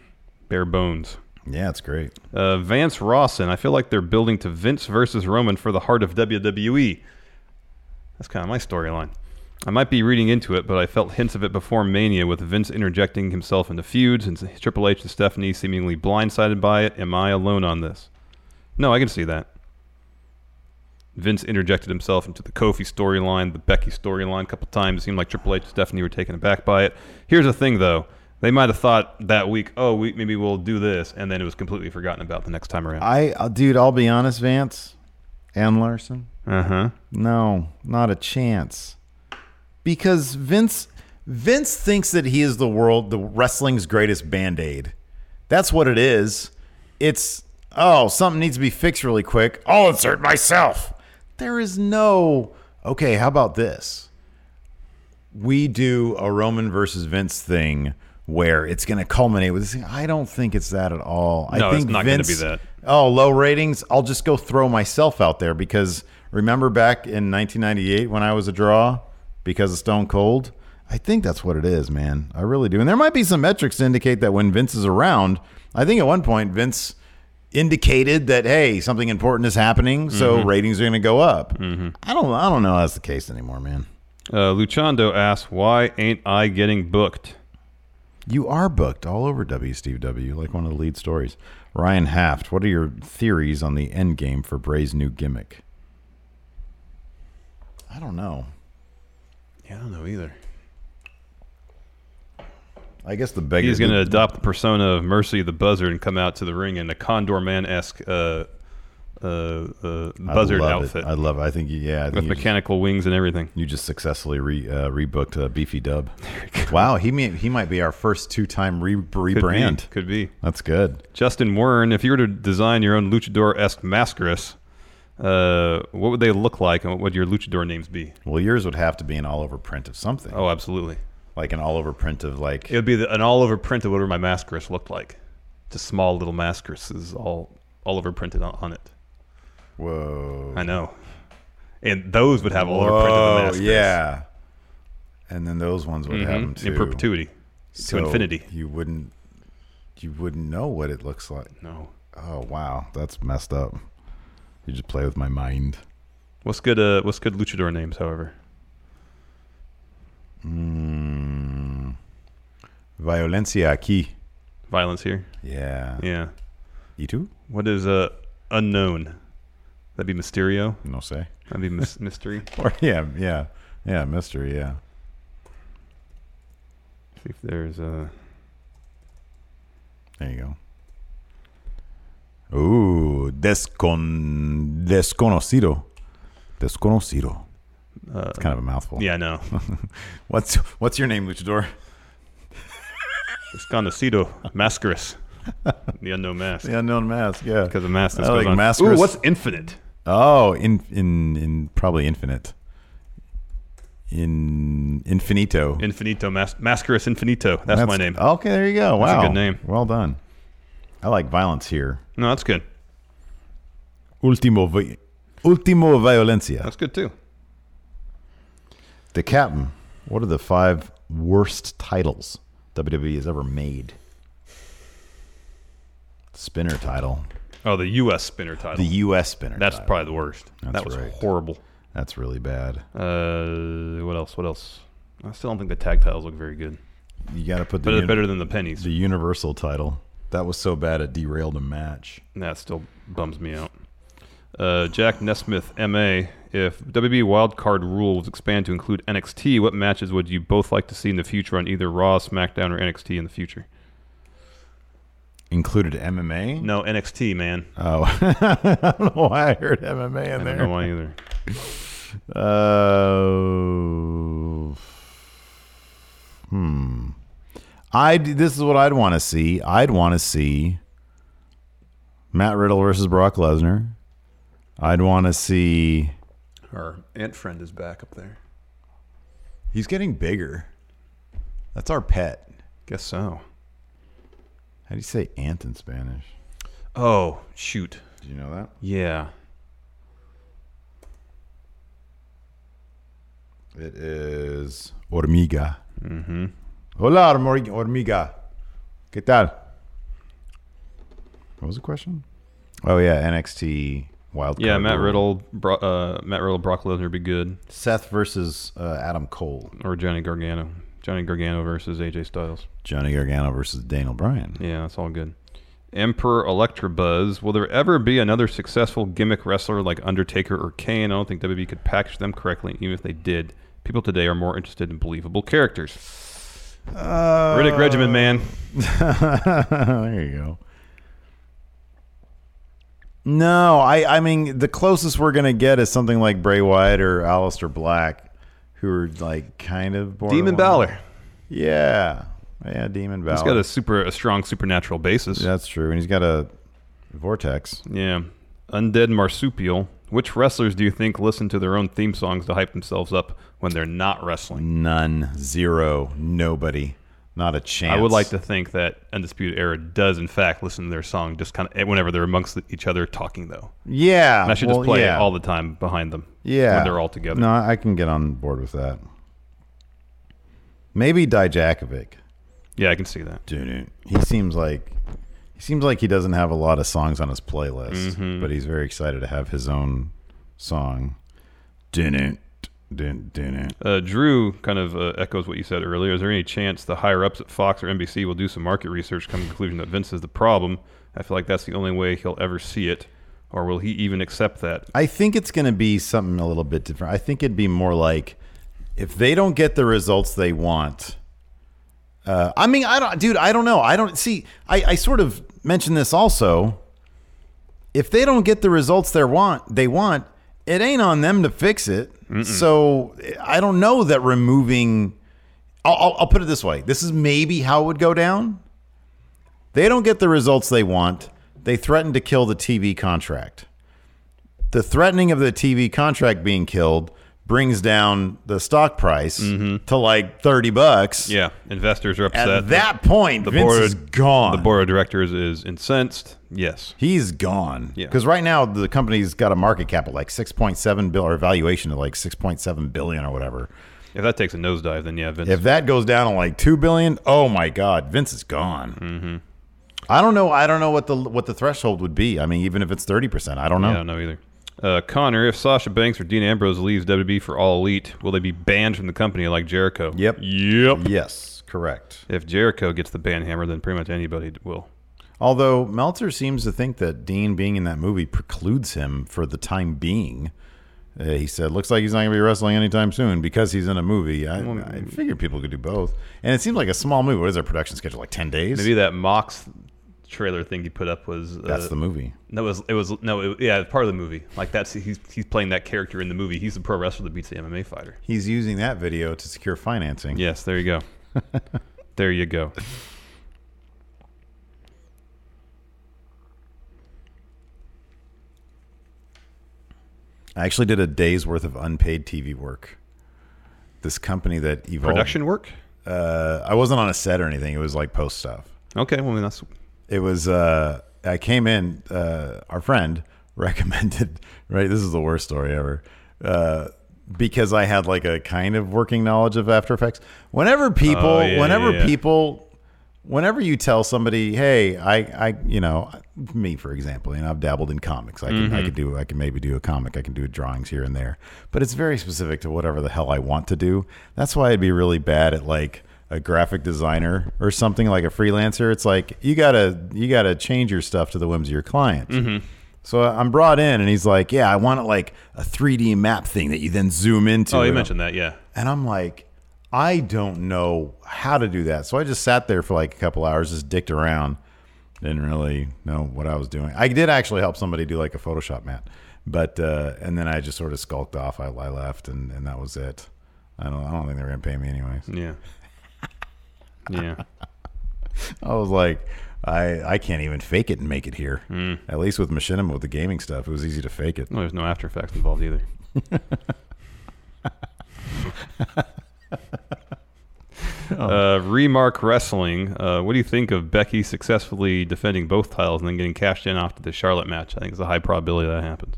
Speaker 5: bare bones.
Speaker 4: Yeah, it's great.
Speaker 5: Uh, Vance Rawson. I feel like they're building to Vince versus Roman for the heart of E. WWE. That's kind of my storyline. I might be reading into it, but I felt hints of it before Mania with Vince interjecting himself into feuds and Triple H and Stephanie seemingly blindsided by it. Am I alone on this? No, I can see that. Vince interjected himself into the Kofi storyline, the Becky storyline a couple times. It seemed like Triple H and Stephanie were taken aback by it. Here's the thing, though. They might have thought that week, oh, we, maybe we'll do this, and then it was completely forgotten about the next time around.
Speaker 4: I, uh, dude, I'll be honest, Vance and Larson.
Speaker 5: Uh huh.
Speaker 4: No, not a chance. Because Vince Vince thinks that he is the world the wrestling's greatest band-aid. That's what it is. It's oh, something needs to be fixed really quick. I'll insert myself. There is no okay, how about this? We do a Roman versus Vince thing where it's going to culminate with this. thing. I don't think it's that at all.
Speaker 5: No,
Speaker 4: I
Speaker 5: it's
Speaker 4: think
Speaker 5: not gonna
Speaker 4: Vince,
Speaker 5: be that.
Speaker 4: Oh, low ratings. I'll just go throw myself out there because remember back in 1998 when I was a draw because of Stone Cold? I think that's what it is, man. I really do. And there might be some metrics to indicate that when Vince is around, I think at one point Vince indicated that hey, something important is happening, so
Speaker 5: Mm-hmm.
Speaker 4: ratings are going to go up. I don't I don't know if that's the case anymore, man.
Speaker 5: Uh, Luchando asks, why ain't I getting booked?
Speaker 4: You are booked all over W Steve W, like one of the lead stories. Ryan Haft, what are your theories on the end game for Bray's new gimmick? I don't know.
Speaker 5: Yeah, I don't know either.
Speaker 4: I guess the beggar.
Speaker 5: He's going to adopt the persona of Mercy the Buzzard and come out to the ring in a Condor Man esque uh, uh, uh,
Speaker 4: I
Speaker 5: buzzard
Speaker 4: love it.
Speaker 5: outfit
Speaker 4: I love it. I think yeah. I
Speaker 5: with
Speaker 4: think you, just,
Speaker 5: mechanical wings and everything.
Speaker 4: you just successfully re, uh, rebooked uh, Beefy Dub. Wow, he may, he might be our first two time re,
Speaker 5: Could be,
Speaker 4: rebrand.
Speaker 5: Could be.
Speaker 4: That's good.
Speaker 5: Justin Wern, if you were to design your own luchador esque mascaras, uh, what would they look like, and what would your luchador names be?
Speaker 4: Well, yours would have to be an all over print of something.
Speaker 5: Oh, absolutely.
Speaker 4: Like an all over print of like.
Speaker 5: It would be the, an all over print of whatever my mascaris looked like. Just small little mascaris all all over printed on, on it.
Speaker 4: whoa.
Speaker 5: I know. And those would have all over printed on
Speaker 4: Whoa,
Speaker 5: mascaris.
Speaker 4: Oh, yeah. And then those ones would have them
Speaker 5: Mhm.
Speaker 4: too.
Speaker 5: In perpetuity.
Speaker 4: So
Speaker 5: to infinity.
Speaker 4: You wouldn't. You wouldn't know what it looks like.
Speaker 5: No.
Speaker 4: Oh wow, that's messed up. You just play with my mind.
Speaker 5: What's good? Uh, what's good? Luchador names, however.
Speaker 4: Violencia aquí.
Speaker 5: Violence here.
Speaker 4: Yeah.
Speaker 5: Yeah.
Speaker 4: You too?
Speaker 5: What is uh unknown? That'd be Mysterio.
Speaker 4: No say.
Speaker 5: That'd be mys- mystery.
Speaker 4: Or yeah, yeah, yeah. Mystery. Yeah.
Speaker 5: See if there's uh
Speaker 4: There you go. Ooh, descon desconocido, desconocido.
Speaker 5: Uh,
Speaker 4: It's kind of a mouthful.
Speaker 5: yeah, no.
Speaker 4: What's what's your name, Luchador?
Speaker 5: Escondido Mascaris. The unknown mask.
Speaker 4: The unknown mask. Yeah.
Speaker 5: Because the mask
Speaker 4: I
Speaker 5: that's
Speaker 4: like
Speaker 5: on.
Speaker 4: Mascaris.
Speaker 5: Ooh, what's infinite?
Speaker 4: Oh, in in in probably infinite. In infinito.
Speaker 5: Infinito mas- Mascaris Infinito. That's, my name.
Speaker 4: Okay, there you go. Wow,
Speaker 5: That's a good name.
Speaker 4: Well done. I like violence here.
Speaker 5: No, that's good.
Speaker 4: Ultimo, vi- ultimo violencia.
Speaker 5: That's good too.
Speaker 4: The captain. What are the five worst titles WWE has ever made? Spinner title,
Speaker 5: Oh, the U.S. spinner
Speaker 4: the
Speaker 5: title.
Speaker 4: U.S. spinner.
Speaker 5: that's
Speaker 4: title.
Speaker 5: probably the worst.
Speaker 4: That's
Speaker 5: that was
Speaker 4: right.
Speaker 5: horrible.
Speaker 4: that's really bad.
Speaker 5: Uh, what else? What else? I still don't think the tag titles look very good.
Speaker 4: You got to put the
Speaker 5: But it's
Speaker 4: uni-
Speaker 5: better than the pennies.
Speaker 4: the universal title. That was so bad it derailed a match.
Speaker 5: that still bums me out. Uh, Jack Nesmith, MA. If WB wildcard rule was expanded to include NXT, what matches would you both like to see in the future on either Raw, SmackDown, or NXT in the future?
Speaker 4: Included MMA.
Speaker 5: No, NXT, man.
Speaker 4: Oh, I don't know why I heard MMA in
Speaker 5: I don't know
Speaker 4: there.
Speaker 5: why either.
Speaker 4: Uh, hmm. I this is what I'd want to see. I'd want to see Matt Riddle versus Brock Lesnar. I'd want to see.
Speaker 5: Our ant friend is back up there.
Speaker 4: He's getting bigger. That's our pet.
Speaker 5: Guess so.
Speaker 4: How do you say ant in Spanish?
Speaker 5: Oh, shoot.
Speaker 4: Do you know that?
Speaker 5: Yeah.
Speaker 4: It is hormiga. Mm-hmm. Hola, hormor- hormiga. ¿Qué tal? What was the question? Oh yeah, NXT Wild.
Speaker 5: Yeah,
Speaker 4: Card
Speaker 5: Matt
Speaker 4: Rule.
Speaker 5: Riddle, Bro- uh, Matt Riddle, Brock Lesnar would be good,
Speaker 4: Seth versus uh, Adam Cole.
Speaker 5: or Johnny Gargano, Johnny Gargano versus AJ Styles.
Speaker 4: Johnny Gargano versus Daniel Bryan.
Speaker 5: Yeah, that's all good. Emperor Electra Buzz. Will there ever be another successful gimmick wrestler like Undertaker or Kane? I don't think WWE could package them correctly, even if they did. People today are more interested in believable characters.
Speaker 4: Uh,
Speaker 5: Riddick Regiment, man.
Speaker 4: there you go. No, I I mean the closest we're gonna get is something like Bray Wyatt or Aleister Black, who are like kind of borderline.
Speaker 5: Demon Balor.
Speaker 4: Yeah. Yeah, Demon Valor.
Speaker 5: He's got a super, a strong supernatural basis. Yeah.
Speaker 4: That's true. And he's got a vortex.
Speaker 5: Undead Marsupial. Which wrestlers do you think listen to their own theme songs to hype themselves up when they're not wrestling?
Speaker 4: None. Zero. Nobody. Not a chance.
Speaker 5: I would like to think that Undisputed Era does, in fact, listen to their song just kind of whenever they're amongst each other talking, though.
Speaker 4: Yeah.
Speaker 5: And I should
Speaker 4: well,
Speaker 5: just play
Speaker 4: yeah.
Speaker 5: it all the time behind them.
Speaker 4: Yeah.
Speaker 5: When they're all together.
Speaker 4: No, I can get on board with that. Maybe Dijakovic.
Speaker 5: Yeah, I can see that.
Speaker 4: Dude, He seems like he seems like he doesn't have a lot of songs on his playlist,
Speaker 5: Mm-hmm.
Speaker 4: but he's very excited to have his own song. Didn't didn't didn't.
Speaker 5: Uh, Drew kind of uh, echoes what you said earlier. Is there any chance the higher ups at Fox or NBC will do some market research, come to the conclusion that Vince is the problem? I feel like that's the only way he'll ever see it, or will he even accept that?
Speaker 4: I think it's going to be something a little bit different. I think it'd be more like if they don't get the results they want. Uh, I mean, I don't, dude. I don't know. I don't see. I, I sort of mentioned this also. If they don't get the results they want, they want it ain't on them to fix it. So I don't know that removing. I'll, I'll, I'll put it this way. This is maybe how it would go down. They don't get the results they want. They threaten to kill the TV contract the threatening of the TV contract being killed brings down the stock price to like 30 bucks.
Speaker 5: Yeah, investors are upset.
Speaker 4: At that point,
Speaker 5: the
Speaker 4: Vince
Speaker 5: board
Speaker 4: is gone.
Speaker 5: The board of directors is incensed. Yes.
Speaker 4: He's gone.
Speaker 5: Yeah.
Speaker 4: Because right now the company's got a market cap of like 6.7 billion or valuation of like 6.7 billion or whatever.
Speaker 5: If that takes a nosedive, then yeah, Vince.
Speaker 4: If that goes down to like 2 billion, oh my god, Vince is gone.
Speaker 5: Mm-hmm.
Speaker 4: I don't know. I don't know what the what the threshold would be. I mean, even if it's 30%, I don't know.
Speaker 5: I don't know either. Uh, Connor, if Sasha Banks or Dean Ambrose leaves WWE for All Elite, will they be banned from the company like Jericho?
Speaker 4: Yep.
Speaker 5: Yep.
Speaker 4: Yes, correct.
Speaker 5: If Jericho gets the ban hammer, then pretty much anybody will.
Speaker 4: Although Meltzer seems to think that Dean being in that movie precludes him for the time being. Uh, he said, "Looks like he's not going to be wrestling anytime soon because he's in a movie." I, I figured people could do both, and it seems like a small movie. What is their production schedule? Like ten days?
Speaker 5: Maybe that Mox trailer thing he put up was uh,
Speaker 4: that's the movie.
Speaker 5: No, it was it was no, it, yeah, it's part of the movie. Like that's he's he's playing that character in the movie. He's the pro wrestler that beats the MMA fighter.
Speaker 4: He's using that video to secure financing.
Speaker 5: Yes, there you go. there you go.
Speaker 4: I actually did a day's worth of unpaid TV work. This company that evolved.
Speaker 5: Production work.
Speaker 4: Uh, I wasn't on a set or anything. It was like post stuff.
Speaker 5: Okay, well then that's oh,
Speaker 4: it was uh i came in uh our friend recommended right this is the worst story ever uh because i had like a kind of working knowledge of after effects whenever people
Speaker 5: Oh, yeah,
Speaker 4: whenever
Speaker 5: yeah, yeah.
Speaker 4: people whenever you tell somebody hey i i you know me for example you know i've dabbled in comics i can i could do i can maybe do a comic i can do drawings here and there but it's very specific to whatever the hell i want to do that's why i'd be really bad at like a graphic designer or something like a freelancer it's like you gotta you gotta change your stuff to the whims of your client so i'm brought in and he's like yeah i want it like a 3d map thing that you then zoom into
Speaker 5: oh, you
Speaker 4: And I'm-
Speaker 5: mentioned that, yeah.
Speaker 4: and I'm like, I don't know how to do that. So I just sat there for like a couple hours, just dicked around. Didn't really know what I was doing. I did actually help somebody do like a Photoshop mat, but uh, and then I just sort of skulked off. I, I left, and, and that was it. I don't. I don't think they were gonna pay me anyways.
Speaker 5: Yeah. Yeah.
Speaker 4: I was like, I I can't even fake it and make it here. At least with Machinima with the gaming stuff, it was easy to fake it.
Speaker 5: Well, there's no after effects involved either. Uh, Remark Wrestling. Uh, what do you think of Becky successfully defending both titles and then getting cashed in after the Charlotte match? I think it's a high probability that happens.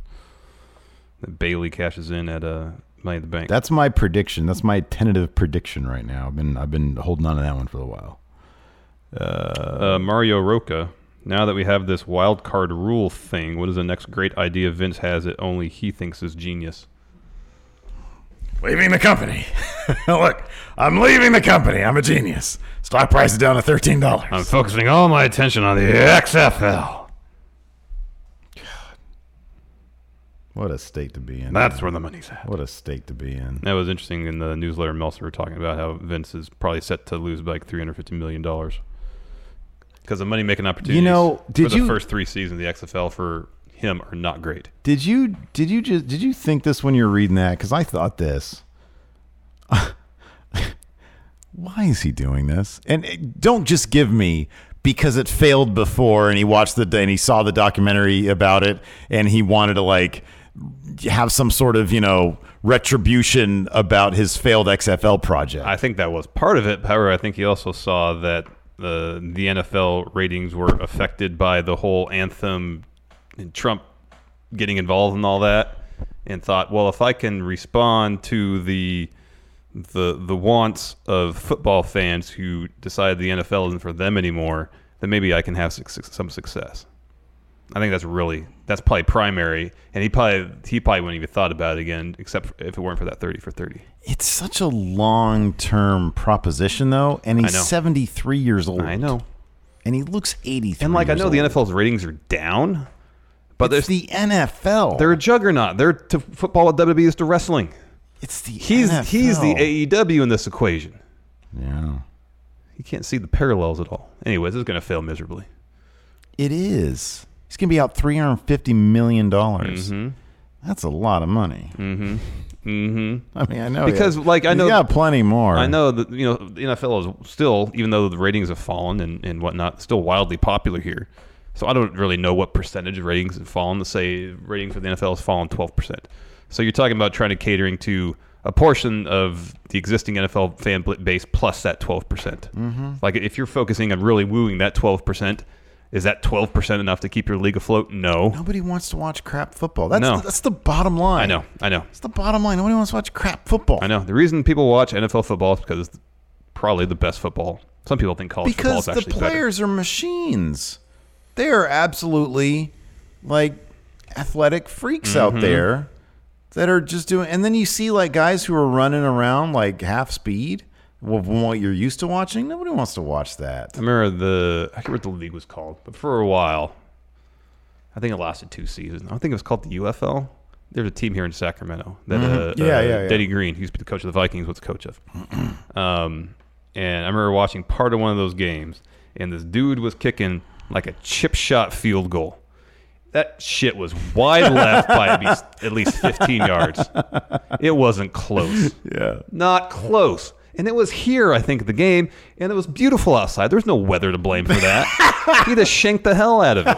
Speaker 5: That Bailey cashes in at uh, Money in the Bank.
Speaker 4: That's my prediction. That's my tentative prediction right now. I've been I've been holding on to that one for a while.
Speaker 5: uh, Mario Roca. Now that we have this wild card rule thing, what is the next great idea Vince has that only he thinks is genius?
Speaker 4: leaving the company. Look, I'm leaving the company. I'm a genius. Stock price is down to thirteen
Speaker 5: I'm
Speaker 4: dollars.
Speaker 5: focusing all my attention on the XFL.
Speaker 4: What a state to be in.
Speaker 5: That's where the money's at.
Speaker 4: what a state to be in.
Speaker 5: That was interesting in the newsletter. Meltzer were talking about how Vince is probably set to lose like three hundred fifty million dollars because the money making opportunities.
Speaker 4: know, did
Speaker 5: for
Speaker 4: you-
Speaker 5: the first three seasons of the XFL for him are not great.
Speaker 4: Did you did you just did you think this when you were reading that? Because I thought this. Why is he doing this? And eh, don't just give me because it failed before, and he watched the and he saw the documentary about it, and he wanted to like have some sort of you know retribution about his failed XFL project.
Speaker 5: I think that was part of it. However, I think he also saw that the the NFL ratings were affected by the whole anthem and Trump getting involved and all that, and thought, well, if I can respond to the the the wants of football fans who decide the NFL isn't for them anymore, then maybe I can have suc- some success. I think that's really that's probably primary, and he probably he probably wouldn't even thought about it again, except if it weren't for that thirty for thirty.
Speaker 4: It's such a long term proposition, though, and he's
Speaker 5: I know.
Speaker 4: 73 years old.
Speaker 5: I know.
Speaker 4: And he looks 83.
Speaker 5: And like I
Speaker 4: years
Speaker 5: know the
Speaker 4: old.
Speaker 5: NFL's ratings are down, but
Speaker 4: It's
Speaker 5: there's
Speaker 4: the NFL.
Speaker 5: they're a juggernaut. They're to football what WWE is to wrestling.
Speaker 4: it's the
Speaker 5: He's
Speaker 4: NFL.
Speaker 5: he's the AEW in this equation.
Speaker 4: Yeah.
Speaker 5: You can't see the parallels at all. Anyways, this is gonna fail miserably.
Speaker 4: It is. He's going to be out $350 million. That's a lot of money.
Speaker 5: Mm-hmm.
Speaker 4: I mean, I know.
Speaker 5: Mm. Because,
Speaker 4: yeah.
Speaker 5: like, I know-
Speaker 4: He's got plenty more.
Speaker 5: I know that you know the NFL is still, even though the ratings have fallen and, and whatnot, still wildly popular here. So I don't really know what percentage ratings have fallen. Let's say rating for the NFL has fallen 12%. So you're talking about trying to catering to a portion of the existing NFL fan bl- base plus that 12%. percent
Speaker 4: Mm-hmm.
Speaker 5: Like if you're focusing on really wooing that 12%, is that 12% enough to keep your league afloat? No.
Speaker 4: Nobody wants to watch crap football. That's
Speaker 5: No.
Speaker 4: the, that's the bottom line.
Speaker 5: I know. I know.
Speaker 4: That's the bottom line. Nobody wants to watch crap football.
Speaker 5: I know. The reason people watch NFL football is because it's probably the best football. Some people think college
Speaker 4: because
Speaker 5: football
Speaker 4: the
Speaker 5: is actually better.
Speaker 4: players are machines. They are absolutely like athletic freaks
Speaker 5: Mm-hmm.
Speaker 4: out there that are just doing. And then you see like guys who are running around like half speed. Well, from what you're used to watching, nobody wants to watch that.
Speaker 5: I remember the I can't remember what the league was called, but for a while, I think it lasted two seasons. I think it was called the UFL. There's a team here in Sacramento that uh,
Speaker 4: Mm-hmm. Yeah,
Speaker 5: uh,
Speaker 4: yeah, yeah.
Speaker 5: Denny Green, who's the coach of the Vikings, was the coach of. um, and I remember watching part of one of those games, and this dude was kicking like a chip shot field goal. That shit was wide left by at least, at least 15 yards. It wasn't close
Speaker 4: Yeah.
Speaker 5: not close. And it was here, I think, the game, and it was beautiful outside. There's no weather to blame for that. he just shanked the hell out of it.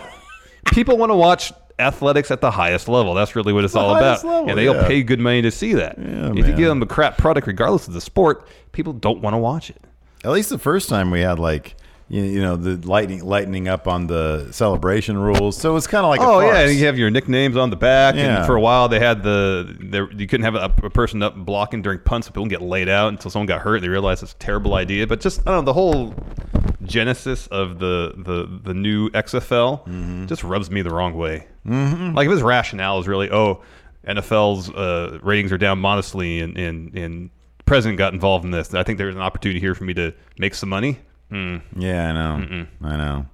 Speaker 5: People want to watch athletics at the highest level. That's really what it's all
Speaker 4: highest
Speaker 5: about.
Speaker 4: level,
Speaker 5: and they'll
Speaker 4: yeah.
Speaker 5: pay good money to see that. if you give them a crap product, regardless of the sport, people don't want to watch it.
Speaker 4: At least the first time we had like you, you know the lightning lightening up on the celebration rules, so it's kind of like a
Speaker 5: Oh yeah,
Speaker 4: farce.
Speaker 5: and you have your nicknames on the back.
Speaker 4: Yeah.
Speaker 5: And for a while, they had the there you couldn't have a, a person up blocking during punts. So people would get laid out until someone got hurt. and They realized it's a terrible idea. But just I don't know the whole genesis of the the the new XFL just rubs me the wrong way. Mm-hmm. Like if his rationale is really oh NFL's uh, ratings are down modestly and and and the president got involved in this. I think there's an opportunity here for me to make some money.
Speaker 4: Yeah, I know. I know.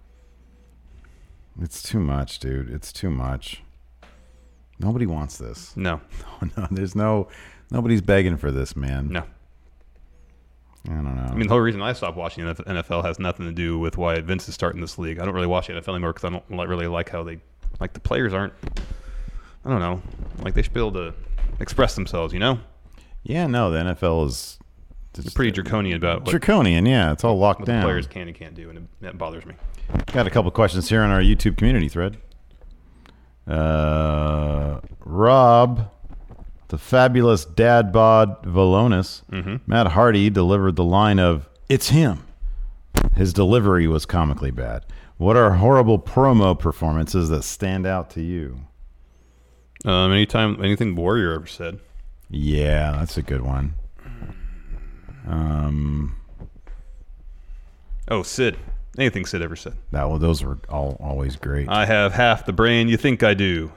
Speaker 4: It's too much, dude. It's too much. Nobody wants this.
Speaker 5: No,
Speaker 4: Oh, no, there's no nobody's begging for this, man.
Speaker 5: no.
Speaker 4: I don't know.
Speaker 5: I mean, the whole reason I stopped watching the NFL has nothing to do with why Vince is starting this league. I don't really watch the NFL anymore because I don't li- really like how they, like the players aren't. I don't know, like they should be able to express themselves. You know,
Speaker 4: yeah, no, the NFL is
Speaker 5: they're pretty draconian about what,
Speaker 4: draconian. Yeah, it's all locked
Speaker 5: what the
Speaker 4: down.
Speaker 5: players can and can't do, and it, that bothers me.
Speaker 4: Got a couple questions here on our YouTube community thread. Uh, Rob, the fabulous dad bod Valonis, Matt Hardy delivered the line of "It's him." His delivery was comically bad. What are horrible promo performances that stand out to you?
Speaker 5: Um, anytime anything Warrior ever said,
Speaker 4: Yeah, that's a good one. Um,
Speaker 5: oh Sid, anything Sid ever said,
Speaker 4: That well, those were all always great.
Speaker 5: I have half the brain you think I do.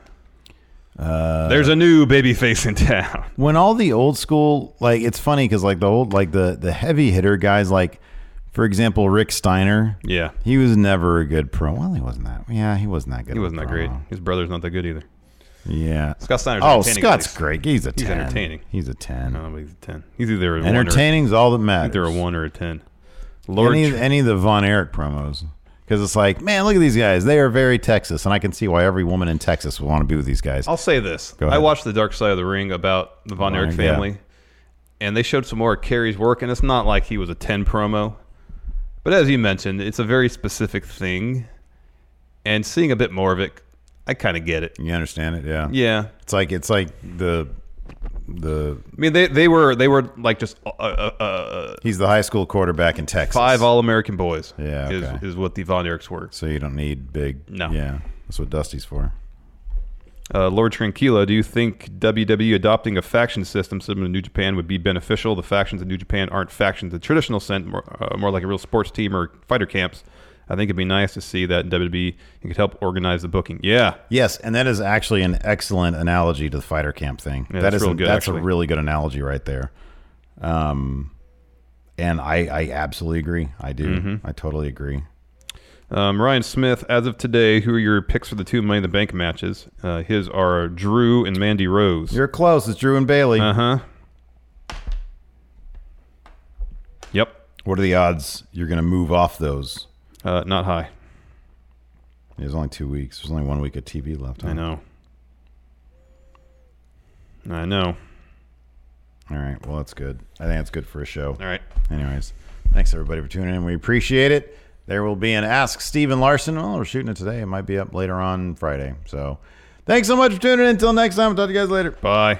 Speaker 4: Uh,
Speaker 5: There's a new baby face in town.
Speaker 4: when all the old school like it's funny because like the old like the the heavy hitter guys like for example rick steiner
Speaker 5: yeah,
Speaker 4: he was never a good pro well he wasn't that yeah he wasn't that good
Speaker 5: he
Speaker 4: of a
Speaker 5: wasn't that great.
Speaker 4: promo.
Speaker 5: His brother's not that good either.
Speaker 4: yeah
Speaker 5: Scott Steiner's
Speaker 4: oh
Speaker 5: entertaining at
Speaker 4: scott's
Speaker 5: least.
Speaker 4: great he's a 10
Speaker 5: He's entertaining.
Speaker 4: he's a 10
Speaker 5: No, but he's a ten. He's either a one or a
Speaker 4: entertaining's all that
Speaker 5: I
Speaker 4: matters
Speaker 5: think they're a one or a ten. Lord,
Speaker 4: any, of-
Speaker 5: Tr-
Speaker 4: any of the von erich promos because it's like man look at these guys they are very texas and i can see why every woman in texas would want to be with these guys
Speaker 5: I'll say this:
Speaker 4: ahead.
Speaker 5: I watched The Dark Side of the Ring about the Von
Speaker 4: Von
Speaker 5: Erich
Speaker 4: Erich, yeah.
Speaker 5: family, and they showed some more of Carrie's work, and it's not like he was a ten promo, but as you mentioned, it's a very specific thing, and seeing a bit more of it, I kind of get it.
Speaker 4: you understand it yeah
Speaker 5: Yeah,
Speaker 4: it's like it's like the the
Speaker 5: I mean they they were they were like just uh, uh, uh,
Speaker 4: he's the high school quarterback in texas
Speaker 5: five All American boys.
Speaker 4: Yeah,
Speaker 5: is,
Speaker 4: okay.
Speaker 5: is what the Von Erichs were.
Speaker 4: So you don't need big.
Speaker 5: No.
Speaker 4: Yeah. That's what Dusty's for.
Speaker 5: Uh, Lord Tranquilo, do you think WWE adopting a faction system similar to New Japan would be beneficial? The factions in New Japan aren't factions in the traditional sense, more, uh, more like a real sports team or fighter camps. I think it'd be nice to see that in WWE. It could help organize the booking. Yeah,
Speaker 4: Yes, and that is actually an excellent analogy to the fighter camp thing.
Speaker 5: Yeah,
Speaker 4: that
Speaker 5: that's
Speaker 4: is
Speaker 5: real good,
Speaker 4: that's a
Speaker 5: actually.
Speaker 4: really good analogy right there. Um, and I I absolutely agree. I do.
Speaker 5: Mm-hmm.
Speaker 4: I totally agree.
Speaker 5: Um, Ryan Smith, as of today, who are your picks for the two Money in the Bank matches? Uh, his are Drew and Mandy Rose.
Speaker 4: You're close. It's Drew and Bailey.
Speaker 5: Uh huh. Yep.
Speaker 4: What are the odds you're going to move off those?
Speaker 5: Uh, not high.
Speaker 4: There's only two weeks. There's only one week of TV left.
Speaker 5: I
Speaker 4: huh?
Speaker 5: know. I know.
Speaker 4: All right. Well, that's good. I think that's good for a show.
Speaker 5: All right.
Speaker 4: Anyways, thanks everybody for tuning in. We appreciate it. There will be an Ask Steven Larson. Well, we're shooting it today. It might be up later on Friday. So thanks so much for tuning in. Until next time, I'll talk to you guys later.
Speaker 5: Bye.